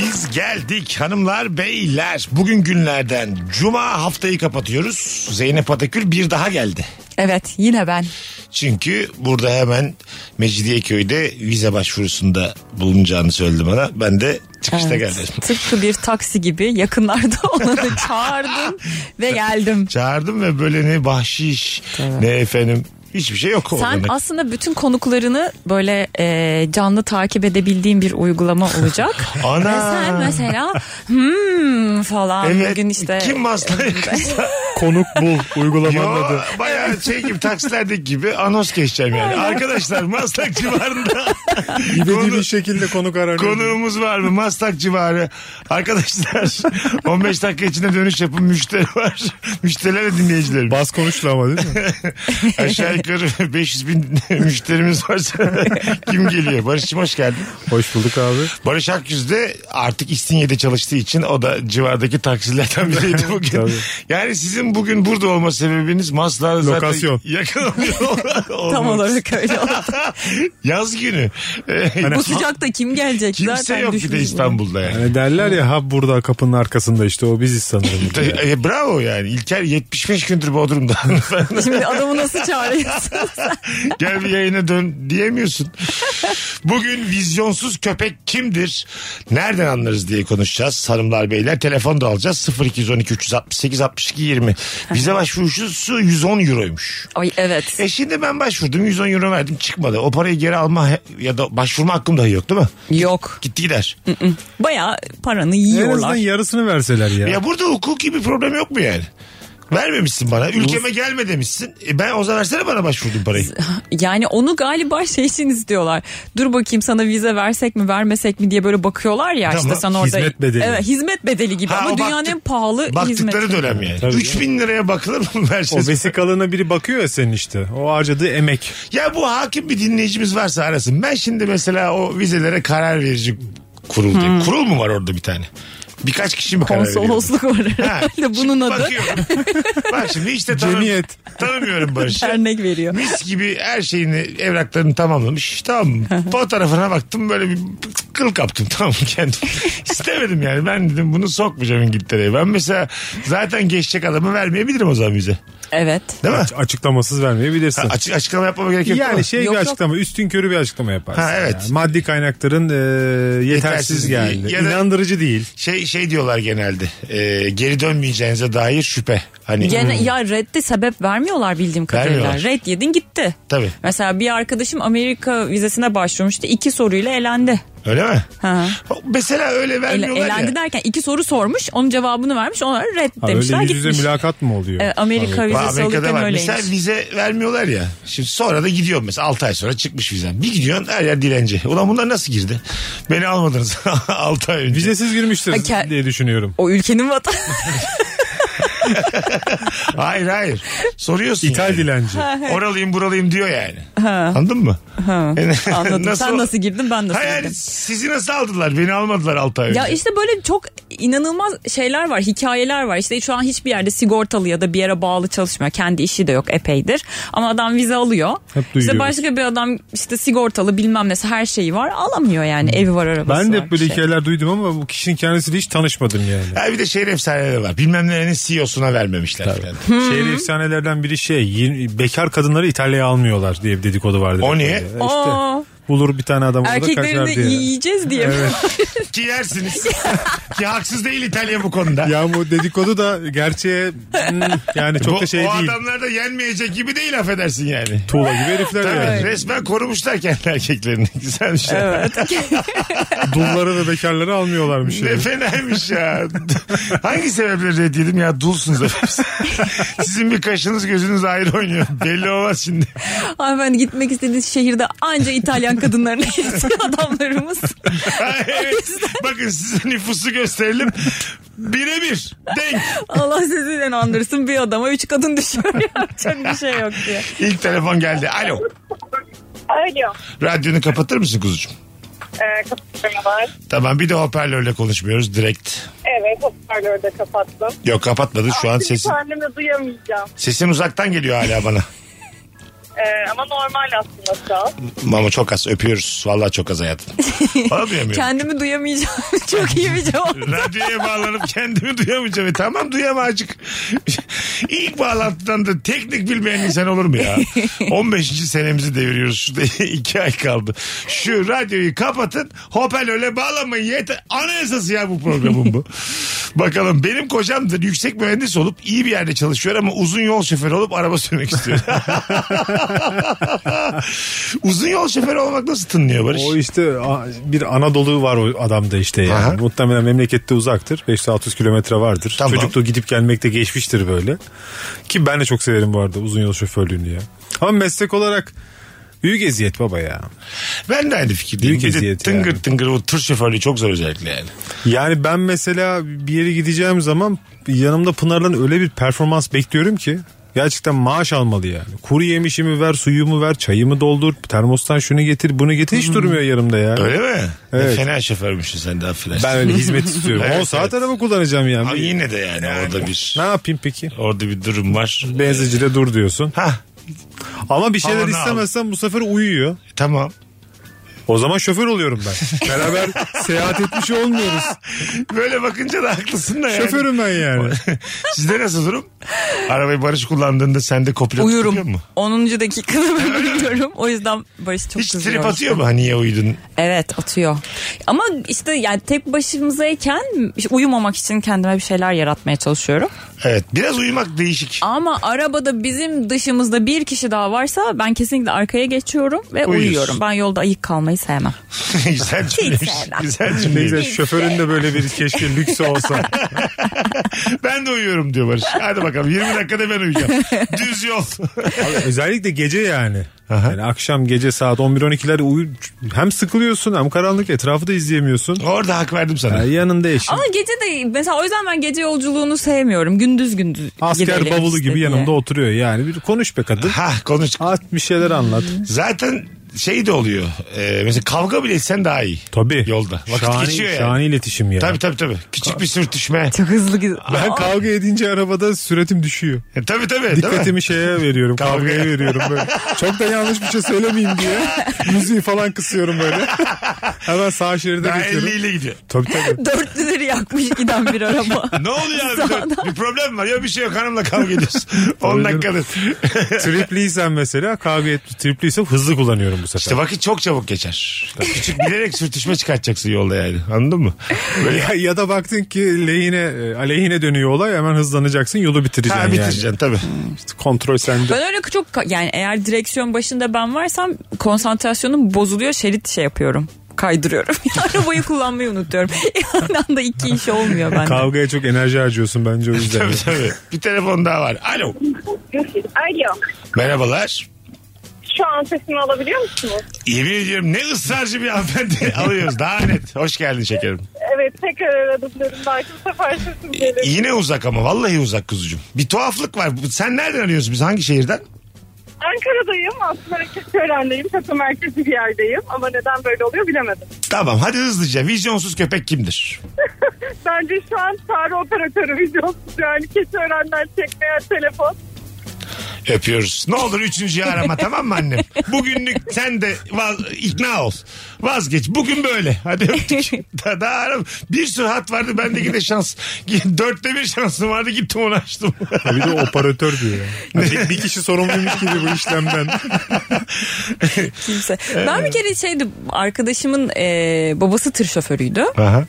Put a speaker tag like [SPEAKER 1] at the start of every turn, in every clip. [SPEAKER 1] Biz geldik hanımlar beyler. Bugün günlerden cuma haftayı kapatıyoruz. Zeynep Atakül bir daha geldi.
[SPEAKER 2] Evet yine ben.
[SPEAKER 1] Çünkü burada hemen Mecidiyeköy'de vize başvurusunda bulunacağını söyledi bana. Ben de çıkışta
[SPEAKER 2] Evet.
[SPEAKER 1] geldim.
[SPEAKER 2] Tıpkı bir taksi gibi yakınlarda olanı çağırdım ve geldim.
[SPEAKER 1] Çağırdım ve böyle ne bahşiş ne efendim hiçbir şey yok.
[SPEAKER 2] Sen
[SPEAKER 1] orada.
[SPEAKER 2] aslında bütün konuklarını böyle e, canlı takip edebildiğin bir uygulama olacak.
[SPEAKER 1] Ana.
[SPEAKER 2] Ve sen mesela hmm falan
[SPEAKER 1] Evet.
[SPEAKER 2] bugün işte
[SPEAKER 1] Kim hastayı
[SPEAKER 3] Konuk bul uygulamanın
[SPEAKER 1] Yo,
[SPEAKER 3] adı.
[SPEAKER 1] bayağı şey gibi taksilerdeki gibi anons geçeceğim yani. Arkadaşlar Maslak civarında
[SPEAKER 3] İvedi
[SPEAKER 1] Konu-
[SPEAKER 3] bir şekilde konuk aranıyor.
[SPEAKER 1] Konuğumuz var mı? Maslak civarı. Arkadaşlar 15 dakika içinde dönüş yapın. Müşteri var. Müşteriler ve dinleyicilerim.
[SPEAKER 3] Bas konuşlu ama değil mi?
[SPEAKER 1] Aşağı yukarı 500 bin müşterimiz varsa kim geliyor? Barış'cığım hoş geldin.
[SPEAKER 3] Hoş bulduk abi.
[SPEAKER 1] Barış Akyüz de artık İstinye'de çalıştığı için o da civardaki taksilerden biriydi bugün.
[SPEAKER 3] Tabii.
[SPEAKER 1] yani sizin bugün burada olma sebebiniz Maslak'a zaten
[SPEAKER 3] Lokasyon.
[SPEAKER 1] yakın oluyor.
[SPEAKER 2] tam olarak öyle oldu.
[SPEAKER 1] Yaz günü.
[SPEAKER 3] Hani
[SPEAKER 2] Bu sıcakta kim gelecek
[SPEAKER 1] Hani Kimse
[SPEAKER 2] zaten
[SPEAKER 1] yok bir de
[SPEAKER 2] düşünün.
[SPEAKER 1] İstanbul'da yani.
[SPEAKER 3] Yani derler ya ha burada kapının arkasında işte o biziz sanırım.
[SPEAKER 1] Ta- e, bravo yani. İlker 75 gündür Bodrum'da.
[SPEAKER 2] Şimdi adamı nasıl çağırıyorsun?
[SPEAKER 1] Gel bir yayına dön diyemiyorsun. Bugün vizyonsuz köpek kimdir? Nereden anlarız diye konuşacağız. Hanımlar beyler telefon da alacağız. 0212 368 62 20. Bize başvurucusu 110 euroymuş.
[SPEAKER 2] Ay evet.
[SPEAKER 1] E şimdi ben başvurdum 110 euro verdim çıkmadı. O parayı geri alma he- ya da başvurma hakkım dahi yok değil mi?
[SPEAKER 2] Yok.
[SPEAKER 1] Gitti gider.
[SPEAKER 2] Baya paranı
[SPEAKER 3] en azından
[SPEAKER 2] yiyorlar. yarısını
[SPEAKER 3] yarısını verseler ya.
[SPEAKER 1] Ya burada hukuki bir problem yok mu yani? Vermemişsin bana. Ülkeme gelme demişsin. E ben o zaman versene bana başvurdum parayı.
[SPEAKER 2] Yani onu galiba şey için istiyorlar. Dur bakayım sana vize versek mi vermesek mi diye böyle bakıyorlar ya
[SPEAKER 1] Tamam,
[SPEAKER 2] işte sen orada.
[SPEAKER 3] hizmet bedeli.
[SPEAKER 2] Evet hizmet bedeli gibi
[SPEAKER 1] Ha,
[SPEAKER 2] ama
[SPEAKER 1] o
[SPEAKER 2] dünyanın
[SPEAKER 1] baktı-
[SPEAKER 2] en pahalı
[SPEAKER 1] Baktıkları
[SPEAKER 2] hizmeti.
[SPEAKER 1] dönem yani.
[SPEAKER 3] Tabii
[SPEAKER 1] 3000 liraya bakılır mı
[SPEAKER 3] O
[SPEAKER 1] vereceğiz?
[SPEAKER 3] vesikalığına biri bakıyor ya senin işte. O harcadığı emek.
[SPEAKER 1] Ya bu hakim bir dinleyicimiz varsa arasın. Ben şimdi mesela o vizelere karar verici kurul diyeyim.
[SPEAKER 2] Hmm.
[SPEAKER 1] Kurul mu var orada bir tane? Birkaç kişi mi karar veriyor?
[SPEAKER 2] Konsolosluk var
[SPEAKER 1] Ha,
[SPEAKER 2] herhalde bunun adı.
[SPEAKER 1] Bakıyorum. Bak şimdi işte tanı-
[SPEAKER 3] Cemiyet.
[SPEAKER 1] tanımıyorum Barış'ı.
[SPEAKER 2] Örnek veriyor.
[SPEAKER 1] Mis gibi her şeyini evraklarını tamamlamış. Tamam mı? Fotoğrafına baktım böyle bir kıl kaptım tamam mı kendim. İstemedim yani ben dedim bunu sokmayacağım İngiltere'ye. Ben mesela zaten geçecek adamı vermeyebilirim o zaman bize.
[SPEAKER 2] Evet.
[SPEAKER 1] Değil mi?
[SPEAKER 3] Aç- açıklamasız vermeyebilirsin.
[SPEAKER 1] Ha, açık açıklama yapmama gerek yok. değil mi?
[SPEAKER 3] yani şey
[SPEAKER 2] Yok,
[SPEAKER 3] bir
[SPEAKER 2] yok.
[SPEAKER 3] açıklama, üstünkörü bir açıklama yaparsın.
[SPEAKER 1] Ha, evet.
[SPEAKER 3] Yani maddi kaynakların e,
[SPEAKER 1] Yetersiz
[SPEAKER 3] yetersiz geldi.
[SPEAKER 1] ya da-
[SPEAKER 3] İnandırıcı değil.
[SPEAKER 1] şey şey diyorlar genelde. e, geri dönmeyeceğinize dair şüphe. Hani
[SPEAKER 2] Gene, ya redde sebep vermiyorlar bildiğim kadarıyla.
[SPEAKER 1] Vermiyorlar.
[SPEAKER 2] Red yedin gitti.
[SPEAKER 1] Tabii.
[SPEAKER 2] Mesela bir arkadaşım Amerika vizesine başvurmuştu. iki soruyla elendi.
[SPEAKER 1] öyle mi?
[SPEAKER 2] Ha.
[SPEAKER 1] Mesela öyle
[SPEAKER 2] Ele,
[SPEAKER 1] vermiyorlar ya.
[SPEAKER 2] elendi derken iki soru sormuş. Onun cevabını vermiş. Onlara red
[SPEAKER 3] Ha,
[SPEAKER 2] demişler
[SPEAKER 3] öyle yüz yüze
[SPEAKER 2] gitmiş. E,
[SPEAKER 3] mülakat mı oluyor?
[SPEAKER 2] Evet, Amerika
[SPEAKER 1] Bak,
[SPEAKER 2] vizesi
[SPEAKER 1] Amerika'da
[SPEAKER 2] alırken
[SPEAKER 1] var.
[SPEAKER 2] öyleymiş.
[SPEAKER 1] Mesela vize vermiyorlar ya. Şimdi sonra da gidiyorum mesela 6 ay sonra çıkmış vizen. Bir gidiyorsun her yer dilenci. Ulan bunlar nasıl girdi? Beni almadınız 6 ay önce.
[SPEAKER 3] Vizesiz girmiştir
[SPEAKER 2] Ha, ke-
[SPEAKER 3] diye düşünüyorum.
[SPEAKER 2] O ülkenin vatandaşı.
[SPEAKER 1] Hayır hayır. Soruyorsun.
[SPEAKER 3] İthal
[SPEAKER 1] yani.
[SPEAKER 3] dilenci.
[SPEAKER 1] Oralıyım buralıyım diyor yani. Anladın mı?
[SPEAKER 2] Anladım. Sen nasıl girdin ben nasıl
[SPEAKER 1] Ha yani
[SPEAKER 2] girdim.
[SPEAKER 1] sizi nasıl aldılar? Beni almadılar 6 ay önce.
[SPEAKER 2] Ya işte böyle çok inanılmaz şeyler var, hikayeler var. İşte şu an hiçbir yerde sigortalı ya da bir yere bağlı çalışmıyor. Kendi işi de yok epeydir. Ama adam vize alıyor.
[SPEAKER 3] Hep
[SPEAKER 2] İşte
[SPEAKER 3] duyuyoruz.
[SPEAKER 2] başka bir adam işte sigortalı bilmem nesi her şeyi var. Alamıyor yani evi var arabası
[SPEAKER 3] Ben de
[SPEAKER 2] var,
[SPEAKER 3] hep böyle
[SPEAKER 2] bir şey.
[SPEAKER 3] hikayeler duydum ama bu kişinin kendisiyle hiç tanışmadım yani.
[SPEAKER 1] Ha bir de şehir efsaneleri var. Bilmem nerenin CEO'suna vermemişler. Falan.
[SPEAKER 3] Şehir efsanelerden biri şey yirmi- bekar kadınları İtalya'ya almıyorlar diye bir dedikodu vardı.
[SPEAKER 1] O niye?
[SPEAKER 3] Ya İşte
[SPEAKER 2] Aa.
[SPEAKER 3] bulur bir tane adam orada kaçar
[SPEAKER 2] Erkeklerini
[SPEAKER 3] diye.
[SPEAKER 2] yiyeceğiz diye. mi?
[SPEAKER 1] Ki yersiniz. Ki haksız değil İtalya bu konuda.
[SPEAKER 3] Ya bu dedikodu da gerçeğe hmm, yani çok
[SPEAKER 1] Bu-
[SPEAKER 3] da şey
[SPEAKER 1] o
[SPEAKER 3] değil.
[SPEAKER 1] adamlar da yenmeyecek gibi değil affedersin yani.
[SPEAKER 3] Tuğla gibi herifler
[SPEAKER 1] Tabii,
[SPEAKER 3] yani.
[SPEAKER 1] resmen korumuşlar kendi erkeklerini. şey. Güzelmiş ya.
[SPEAKER 2] evet.
[SPEAKER 3] Dulları ve bekarları almıyorlarmış.
[SPEAKER 1] Ne
[SPEAKER 3] yani.
[SPEAKER 1] fenaymış ya. Hangi sebeple reddedim ya? Dulsunuz efendim. Sizin bir kaşınız gözünüz ayrı oynuyor. Belli olmaz şimdi.
[SPEAKER 2] Hanımefendi gitmek istediğiniz şehirde anca İtalyan kadınlarını yetiyor adamlarımız.
[SPEAKER 1] evet. Bakın size nüfusu gösterelim. Birebir. Denk.
[SPEAKER 2] Allah sizi de inandırsın bir adama üç kadın düşüyor yapacak bir şey yok diye.
[SPEAKER 1] İlk telefon geldi. Alo.
[SPEAKER 4] Alo.
[SPEAKER 1] Radyonu kapatır mısın kuzucuğum?
[SPEAKER 4] e, kapatıyorlar.
[SPEAKER 1] Tamam bir de hoparlörle konuşmuyoruz direkt.
[SPEAKER 4] Evet hoparlörü de kapattım.
[SPEAKER 1] Yok kapatmadı şu an sesin.
[SPEAKER 4] Kendimi duyamayacağım.
[SPEAKER 1] Sesin uzaktan geliyor hala bana.
[SPEAKER 4] E, ama normal aslında şu an.
[SPEAKER 1] Mama çok az öpüyoruz. Vallahi çok az hayatım. Bana duyamıyorum.
[SPEAKER 2] Kendimi duyamayacağım. Çok iyi bir cevap.
[SPEAKER 1] Radyoya bağlanıp kendimi duyamayacağım. E, tamam duyama azıcık. İlk bağlantıdan da teknik bilmeyen insan olur mu ya? 15. senemizi deviriyoruz. Şurada iki ay kaldı. Şu radyoyu kapatın. Hoparlörle bağlamayın. Yeter. Anayasası ya bu programın bu. Bakalım benim kocam da yüksek mühendis olup iyi bir yerde çalışıyor ama uzun yol şoförü olup araba sürmek istiyor. uzun yol şoförü olmak nasıl tınlıyor Barış?
[SPEAKER 3] O işte a- bir Anadolu var o adamda işte yani.
[SPEAKER 1] Aha.
[SPEAKER 3] Muhtemelen memlekette uzaktır. 500-600 kilometre vardır.
[SPEAKER 1] Tamam.
[SPEAKER 3] Çocukluğu gidip gelmekte geçmiştir böyle. Ki ben de çok severim bu arada uzun yol şoförlüğünü ya. Ama meslek olarak büyük eziyet baba ya.
[SPEAKER 1] Ben de aynı fikirdeyim.
[SPEAKER 3] Büyük
[SPEAKER 1] Bir de
[SPEAKER 3] eziyet
[SPEAKER 1] tıngır
[SPEAKER 3] yani.
[SPEAKER 1] tıngır bu tır şoförlüğü çok zor özellikle yani.
[SPEAKER 3] Yani ben mesela bir yere gideceğim zaman yanımda Pınar'dan öyle bir performans bekliyorum ki gerçekten maaş almalı yani. Kuru yemişimi ver, suyumu ver, çayımı doldur, termostan şunu getir, bunu getir.
[SPEAKER 1] Hmm.
[SPEAKER 3] Hiç durmuyor yanımda ya.
[SPEAKER 1] Öyle mi?
[SPEAKER 3] Evet.
[SPEAKER 1] Fena şoförmüşsün sen de affedersin.
[SPEAKER 3] Ben öyle hizmet istiyorum.
[SPEAKER 1] Evet,
[SPEAKER 3] 10 saat
[SPEAKER 1] evet.
[SPEAKER 3] araba kullanacağım yani.
[SPEAKER 1] Ama yine de yani, orada bir
[SPEAKER 3] Ne yapayım peki?
[SPEAKER 1] orada bir durum var.
[SPEAKER 3] Benzincide dur diyorsun.
[SPEAKER 1] Ha
[SPEAKER 3] Ama bir şeyler
[SPEAKER 1] Havanı al.
[SPEAKER 3] istemezsen bu sefer uyuyor.
[SPEAKER 1] tamam.
[SPEAKER 3] O zaman şoför oluyorum ben. Beraber seyahat etmiş olmuyoruz.
[SPEAKER 1] Böyle bakınca da haklısın da yani.
[SPEAKER 3] Şoförüm ben yani.
[SPEAKER 1] Sizde nasıl durum? Arabayı Barış kullandığında sende kopilot tutuyor
[SPEAKER 2] Uyurum.
[SPEAKER 1] mu?
[SPEAKER 2] 10. dakikada ben uyuyorum. O yüzden Barış çok
[SPEAKER 1] Hiç
[SPEAKER 2] kızıyor.
[SPEAKER 1] trip atıyor mu? Hani niye uyudun?
[SPEAKER 2] Evet atıyor. Ama işte yani tek başımızayken işte uyumamak için kendime bir şeyler yaratmaya çalışıyorum.
[SPEAKER 1] Evet. Biraz uyumak değişik.
[SPEAKER 2] Ama arabada bizim dışımızda bir kişi daha varsa ben kesinlikle arkaya geçiyorum ve
[SPEAKER 1] Uyuyorsun.
[SPEAKER 2] uyuyorum. Ben yolda ayık kalmayı sevmem.
[SPEAKER 1] Güzel cümleymiş.
[SPEAKER 2] Ah, sevmem.
[SPEAKER 1] Güzel
[SPEAKER 3] Ne
[SPEAKER 1] cümleymiş.
[SPEAKER 3] güzel şoförün de böyle bir keşke lüksü olsa.
[SPEAKER 1] Ben de uyuyorum diyor Barış. Hadi bakalım 20 dakikada ben uyuyacağım. Düz yol.
[SPEAKER 3] Özellikle gece yani.
[SPEAKER 1] Aha.
[SPEAKER 3] Yani akşam gece saat 11-12'lerde uyu hem sıkılıyorsun hem karanlık etrafı da izleyemiyorsun.
[SPEAKER 1] Orada hak verdim sana.
[SPEAKER 3] Yani yanında eşin.
[SPEAKER 2] Ama gece de mesela o yüzden ben gece yolculuğunu sevmiyorum. Gündüz gündüz
[SPEAKER 3] Asker
[SPEAKER 2] gidelim
[SPEAKER 3] bavulu
[SPEAKER 2] işte
[SPEAKER 3] gibi
[SPEAKER 2] diye.
[SPEAKER 3] yanımda oturuyor yani. Bir konuş be kadın.
[SPEAKER 1] Ha konuş.
[SPEAKER 3] At bir şeyler anlat.
[SPEAKER 1] Zaten şey de oluyor. Ee, mesela kavga bile etsen daha iyi.
[SPEAKER 3] Tabii.
[SPEAKER 1] Yolda. Vakit
[SPEAKER 3] şahane,
[SPEAKER 1] geçiyor yani.
[SPEAKER 3] Şahane iletişim ya.
[SPEAKER 1] Tabii tabii tabii. Küçük bir sürtüşme.
[SPEAKER 2] Çok hızlı gidiyor.
[SPEAKER 3] Ben kavga edince arabada süretim düşüyor.
[SPEAKER 1] E, tabii tabii. Değil mi?
[SPEAKER 3] Dikkatimi şeye veriyorum,
[SPEAKER 1] Kavgaya.
[SPEAKER 3] kavgaya veriyorum böyle. Çok da yanlış bir şey söylemeyeyim diye müziği falan kısıyorum böyle. Hemen sağ şeride
[SPEAKER 1] Daha
[SPEAKER 3] geçiyorum.
[SPEAKER 1] 50 ile gidiyor.
[SPEAKER 3] Tabii tabii.
[SPEAKER 2] Dörtlüleri yakmış giden bir araba.
[SPEAKER 1] Ne oluyor abi? Dur, bir problem var. Ya bir şey yok. Hanımla kavga ediyoruz. 10
[SPEAKER 3] Tabii
[SPEAKER 1] dakikadır.
[SPEAKER 3] Tripliysen mesela kavga et, tripliysem hızlı kullanıyorum bu sefer.
[SPEAKER 1] işte vakit çok çabuk geçer. Küçük bilerek sürtüşme çıkartacaksın yolda yani. Anladın mı? Böyle
[SPEAKER 3] ya, ya da baktın ki lehine, e, aleyhine dönüyor olay hemen hızlanacaksın yolu bitireceksin
[SPEAKER 1] Ha,
[SPEAKER 3] yani.
[SPEAKER 1] bitireceksin tabii.
[SPEAKER 3] İşte kontrol sende.
[SPEAKER 2] Ben öyle çok yani eğer direksiyon başında ben varsam konsantrasyonum bozuluyor şerit şey yapıyorum kaydırıyorum. Arabayı kullanmayı unutuyorum. Aynı anda iki iş olmuyor bende.
[SPEAKER 3] Kavgaya çok enerji harcıyorsun bence o yüzden.
[SPEAKER 1] tabii tabii. Bir telefon daha var. Alo.
[SPEAKER 4] Alo.
[SPEAKER 1] Merhabalar.
[SPEAKER 4] Şu an sesimi alabiliyor musunuz?
[SPEAKER 1] Yemin ediyorum ne ısrarcı bir hanımefendi alıyoruz. Daha net. Hoş geldin şekerim.
[SPEAKER 4] Evet tekrar aradım dedim. Belki bu sefer sesim gelir.
[SPEAKER 1] Yine uzak ama vallahi uzak kuzucuğum. Bir tuhaflık var. Bu- Sen nereden arıyorsun biz? Hangi şehirden?
[SPEAKER 4] Ankara'dayım. Aslında Kören'deyim. Takım merkezi bir yerdeyim. Ama neden böyle oluyor bilemedim.
[SPEAKER 1] Tamam hadi hızlıca. Vizyonsuz köpek kimdir?
[SPEAKER 4] Bence şu an sarı operatörü vizyonsuz yani Kören'den çekmeyen telefon.
[SPEAKER 1] Öpüyoruz. Ne olur üçüncüyü arama tamam mı annem? Bugünlük sen de vaz- ikna ol. Vazgeç. Bugün böyle. Hadi öptük. daha, daha aram- Bir sürü hat vardı. Bendeki de şans. Dörtte bir şansım vardı. Gittim onu açtım.
[SPEAKER 3] Ya bir de operatör diyor. ya. Ya bir, bir kişi sorumluymuş gibi bu işlemden.
[SPEAKER 2] kimse. Ben bir kere şeydi arkadaşımın e, babası tır şoförüydü.
[SPEAKER 1] Aha.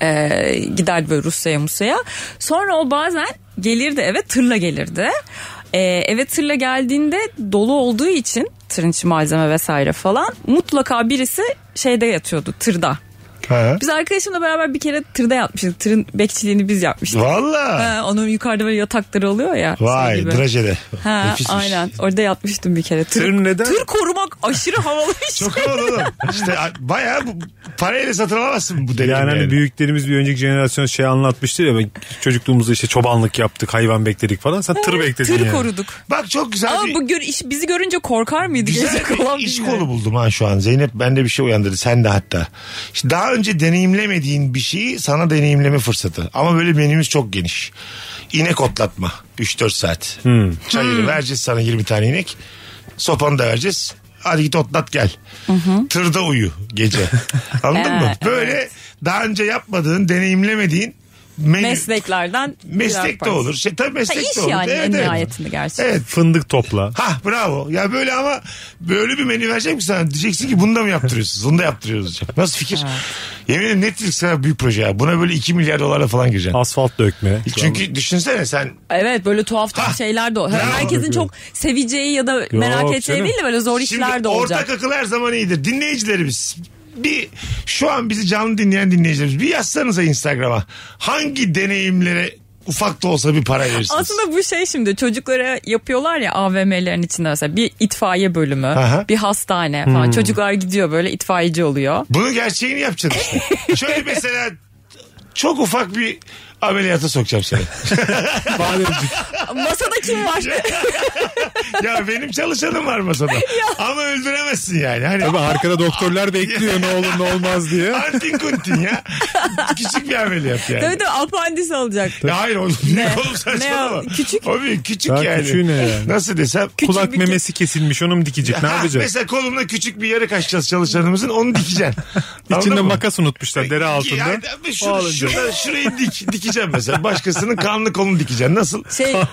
[SPEAKER 2] E, giderdi böyle Rusya'ya Musa'ya. Sonra o bazen gelirdi eve tırla gelirdi. E, eve tırla geldiğinde dolu olduğu için tırın içi malzeme vesaire falan mutlaka birisi şeyde yatıyordu tırda.
[SPEAKER 1] Ha.
[SPEAKER 2] Biz arkadaşımla beraber bir kere tırda yatmıştık. Tırın bekçiliğini biz yapmıştık.
[SPEAKER 1] Valla.
[SPEAKER 2] Ha, onun yukarıda böyle yatakları oluyor ya. şey
[SPEAKER 1] Vay
[SPEAKER 2] gibi.
[SPEAKER 1] drajede.
[SPEAKER 2] Ha,
[SPEAKER 1] Nefismiş.
[SPEAKER 2] aynen. Orada yatmıştım bir kere. Tır,
[SPEAKER 3] Tır neden?
[SPEAKER 2] Tır korumak aşırı havalı bir şey.
[SPEAKER 1] Çok havalı oğlum. İşte a- bayağı bu, parayla satın alamazsın bu deneyimi.
[SPEAKER 3] Yani hani büyüklerimiz bir önceki jenerasyon şey anlatmıştı ya ben çocukluğumuzda işte çobanlık yaptık, hayvan bekledik falan. Sen tır bekledin
[SPEAKER 2] Tır
[SPEAKER 3] yani.
[SPEAKER 2] koruduk.
[SPEAKER 1] Bak çok güzel
[SPEAKER 2] Ama
[SPEAKER 1] bir...
[SPEAKER 2] bu gör, iş, bizi görünce korkar mıydı?
[SPEAKER 1] Güzel
[SPEAKER 2] Gece kalan
[SPEAKER 1] bir iş
[SPEAKER 2] bilmiyorum.
[SPEAKER 1] kolu buldum ha şu an. Zeynep bende bir şey uyandırdı. Sen de hatta. İşte daha önce deneyimlemediğin bir şeyi sana deneyimleme fırsatı. Ama böyle menümüz çok geniş. İnek otlatma. 3-4 saat. Çayırı
[SPEAKER 2] Hmm.
[SPEAKER 1] vereceğiz sana 20 tane inek. Sopanı da vereceğiz. Hadi git otlat gel. Tırda uyu gece. Anladın mı?
[SPEAKER 2] Evet,
[SPEAKER 1] Böyle daha önce yapmadığın, deneyimlemediğin menü-
[SPEAKER 2] Mesleklerden. birer
[SPEAKER 1] meslek de
[SPEAKER 2] parça.
[SPEAKER 1] olur. Şey, tabii meslek
[SPEAKER 2] Ha, iş
[SPEAKER 1] de olur.
[SPEAKER 2] yani
[SPEAKER 1] Evet,
[SPEAKER 2] en
[SPEAKER 1] evet.
[SPEAKER 2] nihayetinde gerçekten.
[SPEAKER 1] Evet.
[SPEAKER 3] Fındık topla.
[SPEAKER 1] Ha bravo. Ya böyle ama böyle bir menü verecek mi sana? Diyeceksin ki bunu da mı yaptırıyorsunuz? Bunu da yaptırıyoruz diyecek. Nasıl fikir? Yemin ederim Netflix sana büyük proje ya. Buna böyle 2 milyar dolarla falan gireceksin.
[SPEAKER 3] Asfalt dökme.
[SPEAKER 1] Çünkü düşünsene sen
[SPEAKER 2] Evet böyle tuhaf
[SPEAKER 1] Ha.
[SPEAKER 2] tuhaf şeyler de olur.
[SPEAKER 1] Bravo.
[SPEAKER 2] Herkesin çok seveceği ya da merak edeceği
[SPEAKER 3] canım.
[SPEAKER 2] değil de böyle zor işler
[SPEAKER 1] şimdi
[SPEAKER 2] de olacak.
[SPEAKER 1] ortak akıl her zaman iyidir. Dinleyicilerimiz bir şu an bizi canlı dinleyen dinleyicilerimiz bir yazsanıza Instagram'a. Hangi deneyimlere ufak da olsa bir para verirsiniz?
[SPEAKER 2] Aslında bu şey şimdi çocuklara yapıyorlar ya AVM'lerin içinde mesela bir itfaiye bölümü,
[SPEAKER 1] Aha.
[SPEAKER 2] bir hastane
[SPEAKER 1] Hmm.
[SPEAKER 2] falan. Çocuklar gidiyor böyle itfaiyeci oluyor.
[SPEAKER 1] Bunun gerçeğini yapacaksın işte. Şöyle mesela çok ufak bir ameliyata sokacağım seni.
[SPEAKER 2] Masada kim var?
[SPEAKER 1] ya benim çalışanım var masada. Ama öldüremezsin yani. Hani
[SPEAKER 3] Tabii arkada doktorlar bekliyor ne olur ne olmaz diye.
[SPEAKER 1] Antin kuntin ya. Küçük bir ameliyat yani.
[SPEAKER 2] Tabii tabii apandis alacak.
[SPEAKER 1] Ya hayır o ne oğlum saçmalama.
[SPEAKER 2] Ne o? Küçük?
[SPEAKER 1] O büyük küçük
[SPEAKER 3] Daha
[SPEAKER 1] yani.
[SPEAKER 3] küçüğü ne yani?
[SPEAKER 1] Nasıl desem.
[SPEAKER 3] Kulak memesi kesilmiş onu mu dikecek ne
[SPEAKER 1] Ha,
[SPEAKER 3] yapacak?
[SPEAKER 1] Mesela kolumda küçük bir yarık açacağız çalışanımızın onu dikeceksin. Anladın
[SPEAKER 3] İçinde
[SPEAKER 1] mı?
[SPEAKER 3] makas unutmuşlar dere altında.
[SPEAKER 1] Yani abi
[SPEAKER 3] O
[SPEAKER 1] şur,
[SPEAKER 3] alınca.
[SPEAKER 1] şurada, şurayı dik, dikeceğim mesela. Başkasının kanlı kolunu dikeceksin. Nasıl?
[SPEAKER 2] Şey,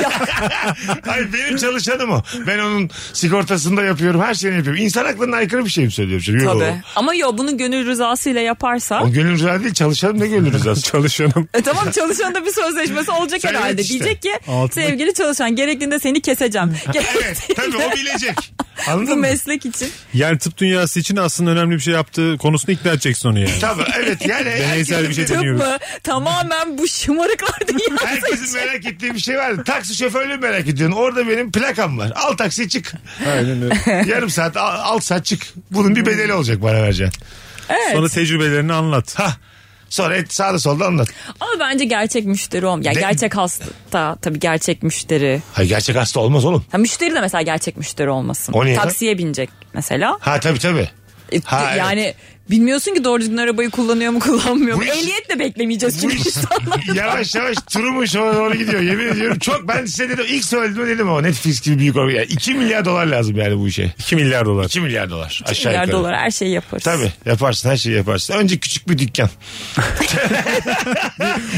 [SPEAKER 1] Hayır benim çalışanım o. Ben onun sigortasını da yapıyorum. Her şeyini yapıyorum. İnsan aklına aykırı bir şey mi söylüyorum? şimdi? Yo.
[SPEAKER 2] tabii. Ama yo bunu gönül rızasıyla yaparsa.
[SPEAKER 1] O gönül rızası değil çalışalım ne gönül rızası.
[SPEAKER 3] Çalışanım.
[SPEAKER 2] E tamam çalışan da bir sözleşmesi olacak
[SPEAKER 1] Sen
[SPEAKER 2] herhalde.
[SPEAKER 1] evet Şey, işte.
[SPEAKER 2] Diyecek ki
[SPEAKER 3] Altına-
[SPEAKER 2] sevgili çalışan gerektiğinde seni keseceğim.
[SPEAKER 1] evet tabii o bilecek.
[SPEAKER 2] Bu
[SPEAKER 1] Anladın mı?
[SPEAKER 2] meslek için.
[SPEAKER 3] Yani tıp dünyası için aslında önemli bir şey yaptığı konusunu ikna edeceksin onu yani.
[SPEAKER 1] Tabii evet yani herkesin,
[SPEAKER 3] Deneysel bir şey
[SPEAKER 2] Tıp
[SPEAKER 3] deniyoruz.
[SPEAKER 2] mı? Tamamen bu şımarıklar dünyası.
[SPEAKER 1] herkesin merak ettiği bir şey var. Taksi şoförlüğü merak ediyorsun. Orada benim plakam var. Al taksi çık.
[SPEAKER 3] Aynen öyle.
[SPEAKER 1] Yarım saat al, al saat çık. Bunun bir bedeli olacak bana vereceksin.
[SPEAKER 3] Sonra tecrübelerini anlat.
[SPEAKER 1] Hah. Sonra et, sağda solda anlat.
[SPEAKER 2] Ama bence gerçek müşteri olm. Ya
[SPEAKER 1] De-
[SPEAKER 2] gerçek hasta tabii gerçek müşteri.
[SPEAKER 1] Hayır gerçek hasta olmaz oğlum.
[SPEAKER 2] Ha, müşteri de mesela gerçek müşteri olmasın.
[SPEAKER 1] O niye lan?
[SPEAKER 2] Taksiye binecek mesela.
[SPEAKER 1] Ha tabii tabii.
[SPEAKER 2] E,
[SPEAKER 1] Ha, evet.
[SPEAKER 2] yani bilmiyorsun ki doğru düzgün arabayı kullanıyor mu kullanmıyor mu.
[SPEAKER 1] Bu iş-
[SPEAKER 2] Ehliyetle beklemeyeceğiz
[SPEAKER 1] Bu
[SPEAKER 2] çünkü
[SPEAKER 1] iş yavaş yavaş turumuş ona doğru gidiyor. Yemin ediyorum çok ben size dedim ilk söylediğimde dedim ama Netflix gibi büyük olmuyor. Yani 2 milyar dolar lazım yani bu işe.
[SPEAKER 3] 2 milyar dolar.
[SPEAKER 1] 2 milyar dolar aşağı
[SPEAKER 2] milyar
[SPEAKER 1] yukarı.
[SPEAKER 2] dolar her şeyi yaparız.
[SPEAKER 1] Tabii yaparsın her şeyi yaparsın. Önce küçük bir dükkan.